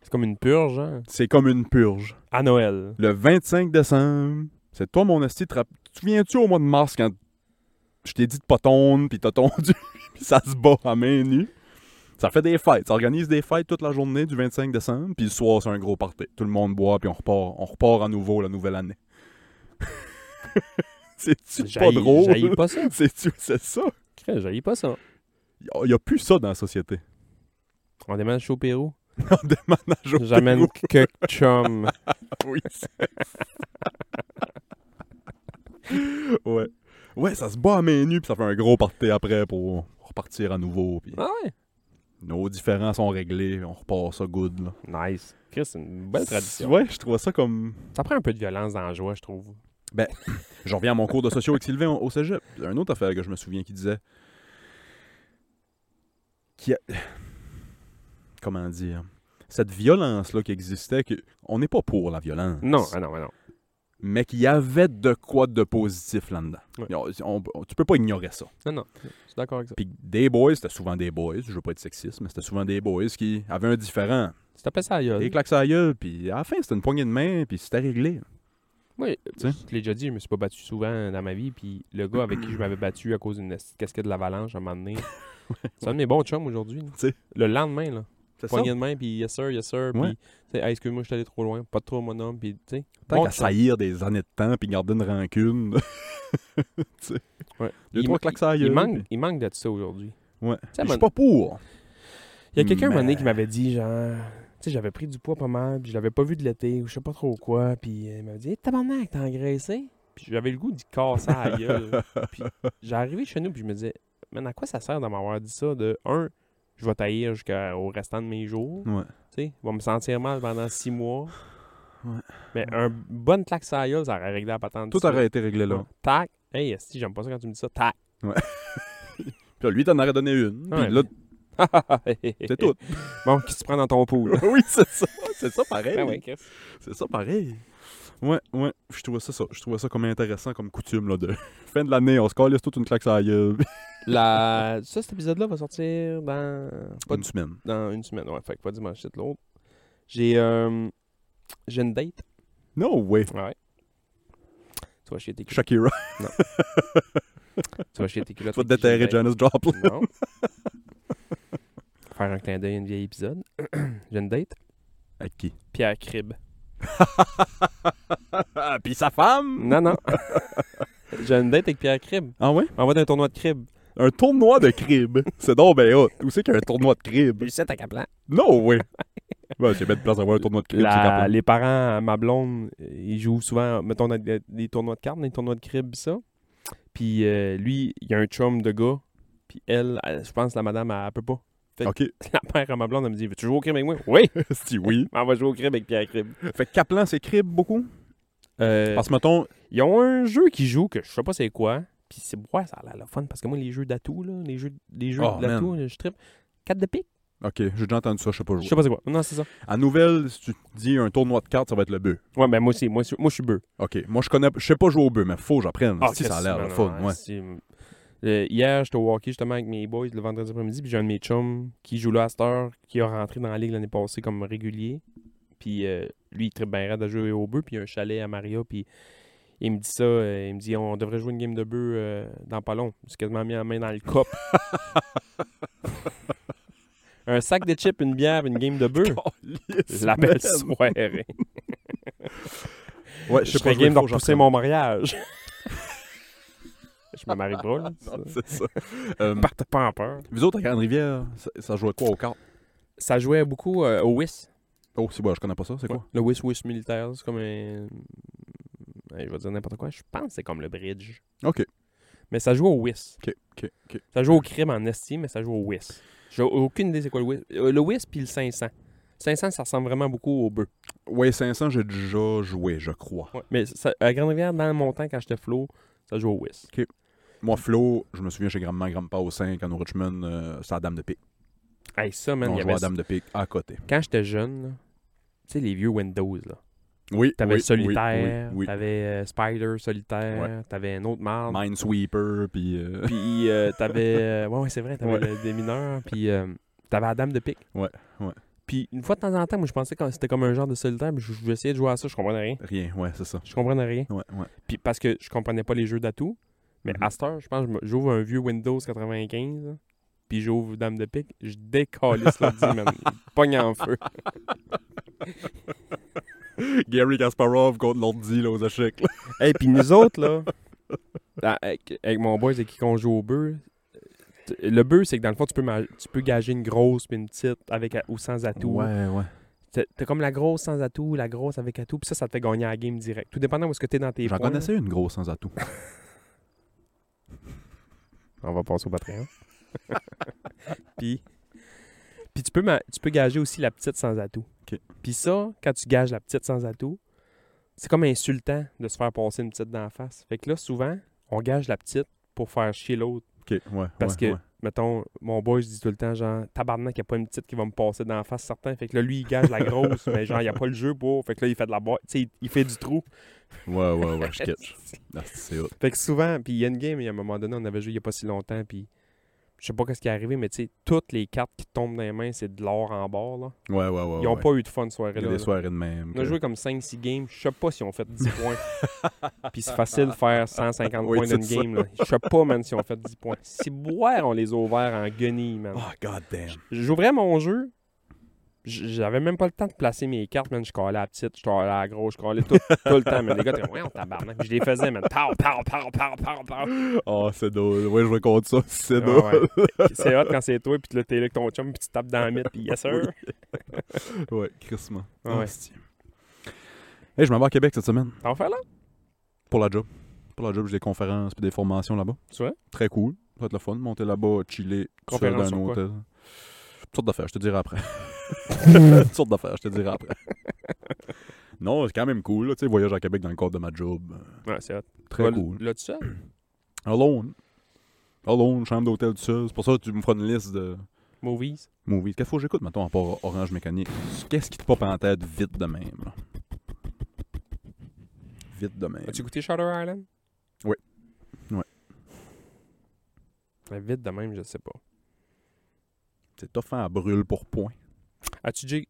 C'est comme une purge, hein? C'est comme une purge. À Noël. Le 25 décembre, c'est toi, mon esti, te rapp- tu viens-tu au mois de mars quand je t'ai dit de pas tondre, puis t'as tondu, puis ça se bat à main nue? Ça fait des fêtes. Ça organise des fêtes toute la journée du 25 décembre, puis le soir, c'est un gros party. Tout le monde boit, puis on repart, on repart à nouveau la nouvelle année. C'est-tu pas J'haïs- j'haïs drôle? pas ça. C'est-tu, c'est ça? Crée, J'haïs pas ça. Il n'y a plus ça dans la société. On déménage au Pérou. On déménage au J'amène Pérou. que chum. Oui, c'est- ouais. Ouais, ça se bat à main nue, puis ça fait un gros party après pour repartir à nouveau. Puis Ah ouais? nos différends sont réglés, on repart ça good. Là. Nice. Chris, c'est une belle tradition. Ouais, je trouve ça comme. Ça prend un peu de violence dans la joie, je trouve. Je reviens à mon cours de sociaux avec Sylvain au au cégep. Un autre affaire que je me souviens qui disait. Qui a- Comment dire Cette violence-là qui existait, que... on n'est pas pour la violence. Non, ah non, ah non. mais qu'il y avait de quoi de positif là-dedans. Ouais. On- on- tu peux pas ignorer ça. Non, non. Je suis d'accord avec ça. Puis des boys, c'était souvent des boys, je veux pas être sexiste, mais c'était souvent des boys qui avaient un différent. Tu t'appelles ça à la gueule. Des claques à la gueule, puis à la fin, c'était une poignée de main, puis c'était réglé. Moi, euh, Tiens. je te l'ai déjà dit, je me suis pas battu souvent dans ma vie. Puis le gars avec qui je m'avais battu à cause d'une esti de casquette de l'avalanche à un moment donné, c'est un de mes bons chums aujourd'hui. là. Tu sais. Le lendemain, là. C'est ça. Poignée de main, puis yes sir, yes sir. Ouais. Puis, tu sais, hey, excuse-moi, je suis allé trop loin. Pas de trop, mon homme. Puis, tu sais. Tant bon qu'à chum. saillir des années de temps, puis garder une rancune. tu sais. Ouais. Deux, Il- trois claques à la il gueule, manque, puis- il manque de ça aujourd'hui. Ouais. sais, à Puis Je mon- suis pas pour. Il y a quelqu'un à un moment Mais- donné qui m'avait dit, genre, tu sais, j'avais pris du poids pas mal, puis je l'avais pas vu de l'été, ou je sais pas trop quoi, puis euh, il m'avait dit, hey, tabarnak, t'as engraissé? Puis j'avais le goût d'y casser à la gueule. puis j'arrivais chez nous, puis je me disais, man, à quoi ça sert de m'avoir dit ça? De un, je Mm. vais taillir jusqu'au restant de mes jours, Ouais. tu sais, je vais me sentir mal pendant six mois. Ouais. Mais un bonne claque sur la gueule, ça aurait réglé la patente. Tout Ça, aurait été réglé là. ouais. Tac. Hey, esti, j'aime pas ça quand tu me dis ça. Tac. Puis là, lui, t'en aurais donné une. Puis Ouais. là, c'est tout. Bon, qui se prend dans ton pool. oui, c'est ça. C'est ça pareil. ben oui, Chris. C'est ça pareil. Ouais, ouais. Je trouvais ça, ça. Je trouvais ça comme intéressant, comme coutume, là, de fin de l'année, on se calisse toute une claque sur la gueule. La... Ça, cet épisode-là va sortir dans... Pas Une semaine. dans une semaine. Ouais, fait que pas dimanche, c'est l'autre. J'ai euh, j'ai une date. No way. Ouais. Tu vas chier tes culottes. Shakira. Tu vas chier tes culottes. Tu vas fait te que j'ai une déterrer date. Janis Joplin. Non. Faire un clin d'œil à une vieille épisode. j'ai une date. À qui? Pierre Crib. Puis sa femme? Non, non. j'ai une date avec Pierre Crib. Ah ouais? On va dans un tournoi de Crib. Un tournoi de crib. c'est donc ben hot. Où c'est qu'il y a un tournoi de crib? Puis c'est à Caplan. No way. Ben, c'est bien de place à avoir un tournoi de crib. c'est La- capable. les parents à ma blonde, euh, ils jouent souvent, mettons, dans des, des tournois de cartes, des tournois de crib, pis ça. Puis euh, lui, il y a un chum de gars. Puis elle, elle- je pense, la madame, elle, elle peut pas. les- Ok, La mère à ma blonde, elle me dit Veux-tu jouer au crib avec moi Oui, si oui. on va jouer au crib avec Pierre Crib. Fait que Kaplan, c'est crib beaucoup? Euh, Parce que, mettons, Ils ont un jeu qu'ils jouent que je sais pas c'est quoi. Puis c'est ouais, ça a l'air le fun parce que moi, les jeux d'atout, là, les jeux, les jeux Oh, d'atout, je tripe. 4 de pique ok, j'ai déjà entendu ça, je sais pas Je jouer. sais pas c'est quoi. Non, c'est ça. À nouvelle, si tu dis un tournoi de cartes, ça va être le bœuf. Ouais, ben moi aussi, moi, moi je suis bœuf. Ok, moi je connais, je sais pas jouer au bœuf, mais faut que j'apprenne. Ah, si ça a l'air le Christ, non, fun, non, ouais. c'est- Euh, hier, j'étais au hockey justement avec mes boys le vendredi après-midi, puis j'ai un de mes chums qui joue là à cette heure, qui a rentré dans la ligue l'année passée comme régulier. Puis euh, lui, il tripe bien raide à jouer au bœuf, puis il y a un chalet à Maria, puis il me dit ça, euh, il me dit on devrait jouer une game de bœuf euh, dans pas long. J'ai quasiment mis la main dans le cop. un sac de chips, une bière, une game de bœuf. Calisse, La belle man. soirée. Ouais, Je je suis sais pas pas jouer, game de faut que repousser j'apprenne. mon mariage. Je me marie pas, là. ça. Non, c'est ça. Euh, Partez pas en peur. vous autres, à Grande-Rivière, ça, ça jouait quoi aux cartes? Ça jouait beaucoup euh, au WIS. Oh, c'est bon, je connais pas ça, c'est Ouais. quoi? Le WIS WIS militaire, c'est comme un. Ouais, je vais dire n'importe quoi. Je pense que c'est comme le bridge. Ok, Mais ça joue au WIS. ok, ok, ok. Ça joue au crime en esti, mais ça joue au WIS. J'ai aucune idée c'est quoi le WIS. Euh, Le WIS puis le 500. 500, ça ressemble vraiment beaucoup au bœuf. Ouais, 500, j'ai déjà joué, je crois. Mais ça- à Grande-Rivière, dans mon temps, quand j'étais flot, ça jouait au WIS. Moi, Flo, je me souviens chez grand-maman, grand-papa au 5, en Richmond, euh, c'est la Dame de Pique. Hey, ça, man, On il y jouait à avait la Dame de Pique à côté. quand j'étais jeune, là, tu sais, les vieux Windows, là. Oui, T'avais oui, Solitaire, oui, oui. t'avais euh, Spider Solitaire, t'avais un autre marde. Minesweeper, puis... euh, Puis euh, t'avais. euh, ouais, ouais, c'est vrai, t'avais Ouais. le- des mineurs, puis euh, t'avais la Dame de Pique. Ouais, ouais. Puis une fois de temps en temps, moi, je pensais que c'était comme un genre de solitaire, mais je- je- j'essayais de jouer à ça, je comprenais rien. Rien, ouais, c'est ça. Je comprenais rien. Ouais, ouais. Puis parce que je comprenais pas les jeux d'atout. Mais Mhm. à cette heure, je pense que je me- j'ouvre un vieux Windows 95, là, puis j'ouvre Dame de Pique, je décalisse l'ordi, man. Il Pogne en feu. Gary Kasparov contre l'ordi, là, aux échecs. là. Hey, puis nous autres, là, dans- Ah, avec, avec mon boy, c'est qui qu'on joue au bœuf. t- Le bœuf, c'est que dans le fond, tu peux, ma- tu peux gager une grosse puis une petite avec a- ou sans atout. Ouais, ouais. T'as t'as comme la grosse sans atout, la grosse avec atout, puis ça, ça te fait gagner la game direct. Tout dépendant où est-ce que t'es dans tes J'en points. connaissais une grosse sans atout. On va passer au Patreon. hein. puis, puis tu, peux ma- tu peux gager aussi la petite sans atout. Ok. Puis ça, quand tu gages la petite sans atout, c'est comme insultant de se faire passer une petite dans la face. Fait que là, souvent, on gage la petite pour faire chier l'autre. Ok, ouais. Parce ouais, que, ouais. mettons, mon boy, je dis tout le temps, genre, tabarnak, il n'y a pas une petite qui va me passer dans la face, certain. Fait que là, lui, il gage la grosse, mais genre, il n'y a pas le jeu pour. Fait que là, il fait de la boîte. Tu sais, il- il fait du trou. Ouais, ouais, ouais, je catch. Ah, c'est hot. Fait que souvent, puis il y a une game, il y a un moment donné, on avait joué il n'y a pas si longtemps, puis je sais pas ce qui est arrivé, mais tu sais, toutes les cartes qui tombent dans les mains, c'est de l'or en bord, là. Ouais, ouais, ouais. Ils n'ont Oh, ouais. pas eu de fun Il soirée y a là. des soirées de même. On a que- joué comme 5-6 games, je sais pas si on fait 10 points. puis c'est facile de faire 150 Oui, points dans une c'est game, là. Je sais pas, man, si on fait 10 points. Si boire, on les a ouverts en guenilles, man. Oh, god damn. J'ouvrais mon jeu. j- J'avais même pas le temps de placer mes cartes, man. Je collais à la petite, je collais à la grosse, je collais tout, tout le temps. Mais les gars, étaient comme, ouais, on tabarnak. Puis Je les faisais, man. Pow, pow, pow, pow, pow, pow. Oh, c'est drôle. Ouais, je vais contre ça. C'est drôle. Ah ouais. C'est hot quand c'est toi, puis là, t'es là avec ton chum, puis tu tapes dans la mythe, puis yes, sir. Ouais, crissement. Ouais. Ah, c'est- Hey, je m'en vais à Québec cette semaine T'en fais là? pour la job. Pour la job, j'ai des conférences puis des formations là-bas. Tu vois? Très cool. Ça va être le fun. Monter là-bas, chiller, tout seul Conférence dans un sur quoi? hôtel. Toutes sortes d'affaires, je te dirai après. Toutes sortes d'affaires, je te dirai après. Non, c'est quand même cool, là, tu sais, voyage à Québec dans le cadre de ma job. euh, Ouais, c'est hot. Très Ouais, cool. Là, tu sais. Alone. Alone, chambre d'hôtel tout seul. C'est pour ça que tu me feras une liste de Movies. movies. Qu'est-ce que j'écoute, mettons, à part Orange Mécanique? Qu'est-ce qui te pop en tête vite de même? là? Vite de même. As-tu goûté Shutter Island? Oui. Ouais. Ouais, Vite de même, je sais pas. C'est tough hein, à brûle pour point. As-tu déjà.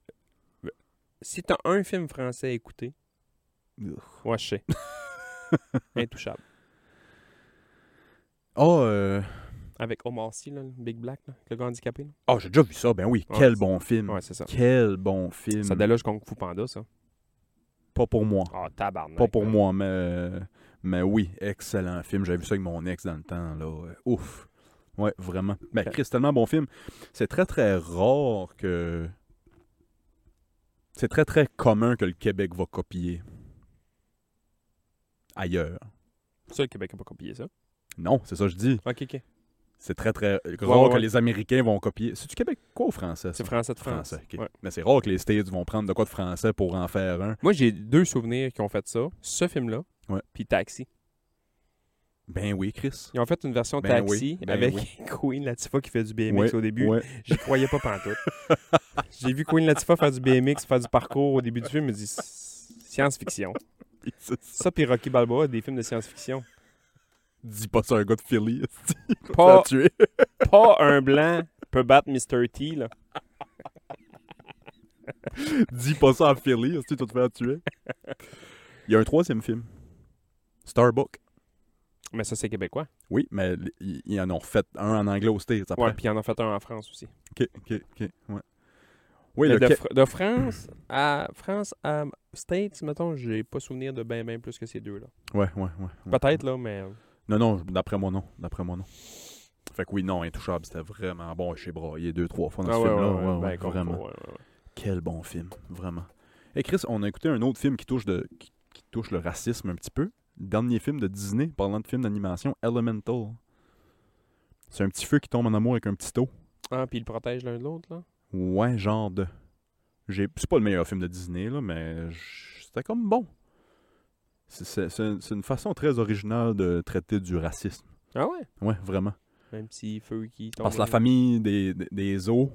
Si t'as un film français à écouter, ouais, je sais. Intouchable. Ah, euh, Avec Omar Sy, là, le Big Black, là, avec le gars handicapé. là. ah, j'ai déjà vu ça. Ben oui, Ouais, quel c'est- bon film. Ouais, c'est ça. Quel bon film. Ça déloge Kung Fu Panda, ça. Pas pour moi. Ah, tabarnak. Pas pour là. moi, mais, euh, mais oui, excellent film. J'avais vu ça avec mon ex dans le temps. Là. Euh, Ouf. Ouais, vraiment. Ben, Ok. Chris, c'est tellement bon film. C'est très, très rare que. C'est très, très commun que le Québec va copier ailleurs. Ça, le Québec a pas copié ça. Non, c'est ça que je dis. Ok, ok. C'est très, très rare ouais, que ouais. les Américains vont copier. C'est du Québec quoi au français? ça? C'est français de France. Français, ok. Ouais. Mais c'est rare que les States vont prendre de quoi de français pour en faire un. Moi, j'ai deux souvenirs qui ont fait ça. Ce film-là, Ouais. puis Taxi. Ben oui, Chris. Ils ont fait une version Ben Taxi oui, ben avec oui. Queen Latifah qui fait du BMX Ouais, au début. Ouais. J'y croyais pas pantoute. j'ai vu Queen Latifah faire du BMX, faire du parcours au début du film. Je me dis, science-fiction. Ça, puis Rocky Balboa, des films de science-fiction. Dis pas ça à un gars de Philly. esti. Pas, Ça a tué. pas un blanc peut battre Mr. T, là. Dis pas ça à Philly, si tu vas te faire tuer. Il y a un troisième film. Starbuck. Mais ça, c'est québécois. Oui, mais l- ils ils en ont fait un en anglais au States après. Ouais, puis ils en ont fait un en France aussi. Ok, ok, ok. Ouais. Oui, Mais le de, Qué- Fr- de France à France à States, mettons, j'ai pas souvenir de ben ben plus que ces deux-là. Ouais, ouais, ouais. ouais. Peut-être, là, mais... Non, non, d'après moi, non. D'après moi, non. Fait que oui, non, Intouchable, c'était vraiment bon chez Braillé deux, trois fois dans ce film-là. Ah Ouais, ouais, ben, comme vraiment. faut, Ah ouais, ouais, ouais. Quel bon film, vraiment. Et Chris, on a écouté un autre film qui touche, de, qui, qui touche le racisme un petit peu. Le dernier film de Disney, parlant de film d'animation, Elemental. C'est un petit feu qui tombe en amour avec un petit taux. Ah, puis ils le protègent l'un de l'autre, là? Ouais, genre de. J'ai... C'est pas le meilleur film de Disney, là, mais j- c'était comme bon. C'est, c'est- c'est- c'est une façon très originale de traiter du racisme. Ah ouais? Ouais, vraiment. Un petit feu qui tombe. Parce que la là. famille des, des, des eaux,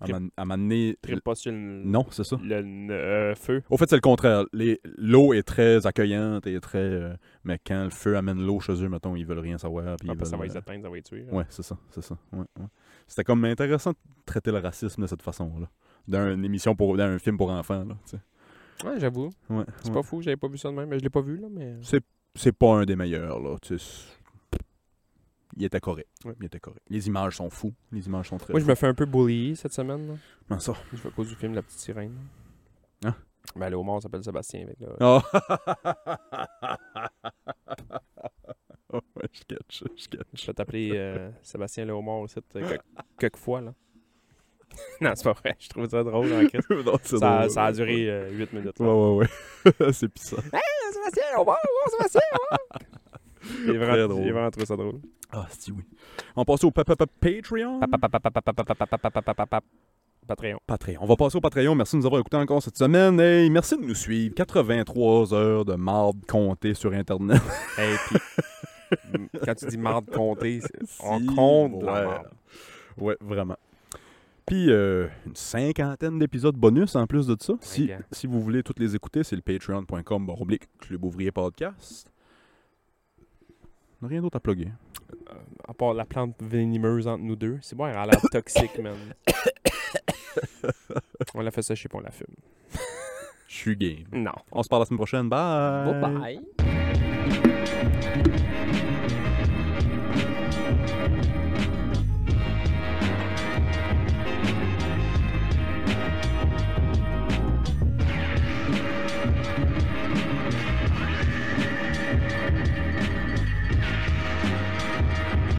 à Trip- man- à m'amener. Trippe pas sur le, Non, c'est ça. le n- euh, feu. Au fait, c'est le contraire. Les- L'eau est très accueillante et très. euh, mais quand le feu amène l'eau chez eux, mettons, ils veulent rien savoir. Puis Ah, ils parce que ça va veulent, les euh, atteindre, ça va les tuer. là. Ouais, c'est ça. C'est ça. ouais, ouais. C'était comme intéressant de traiter le racisme de cette façon-là. Dans une émission, pour, dans un film pour enfants. là, tu sais. Ouais, j'avoue. Ouais, C'est ouais. pas fou, j'avais pas vu ça de même. mais Je l'ai pas vu, là, mais... euh. C'est pas un des meilleurs. Là, tu sais. Il était correct. Ouais. Il était correct. Les images sont fous. Les images sont très. Moi, je me fais un peu bully cette semaine, là. Comment ça? Je fais à cause du film La Petite Sirène. Hein? Ben, le homard s'appelle Sébastien. Avec, là. Oh. oh, ouais, je catch. Je catch. Je vais t'appeler euh, Sébastien le homard aussi euh, que- quelquefois, là. non, c'est pas vrai. Je trouve ça drôle, en Christ. Non, c'est Ça, drôle. ça a duré 8 minutes. Ouais, là. ouais, ouais. c'est pissant. Ah, Sébastien le homard! oh, Sébastien le homard! J'ai Très vraiment, drôle. j'ai vraiment trouvé ça drôle. Ah, si oui. On passe au pa- pa- pa- Patreon. Pa- pa- pa- pa- pa- pa- pa- pa- pa- pa- pa- pa- pa- pa- pa- Patreon. Patreon. On va passer au Patreon. Merci de nous avoir écoutés encore cette semaine. Hey, merci de nous suivre. 83 heures de marde comptée sur Internet. Hey, puis, m- quand tu dis marde comptée, c'est- on Si, compte ouais. la marde. Ouais, vraiment. Puis, euh, une cinquantaine d'épisodes bonus en plus de ça. Si, Cinquante. si vous voulez toutes les écouter, c'est le patreon.com barre oblique, Club Ouvrier Podcast. On n'a Rien d'autre à plugger. Euh, À part la plante venimeuse entre nous deux, c'est bon, elle a l'air toxique, man. On l'a fait sécher puis on la fume. Je suis game. Non. Euh, On se parle la semaine prochaine. Bye. Bye bye.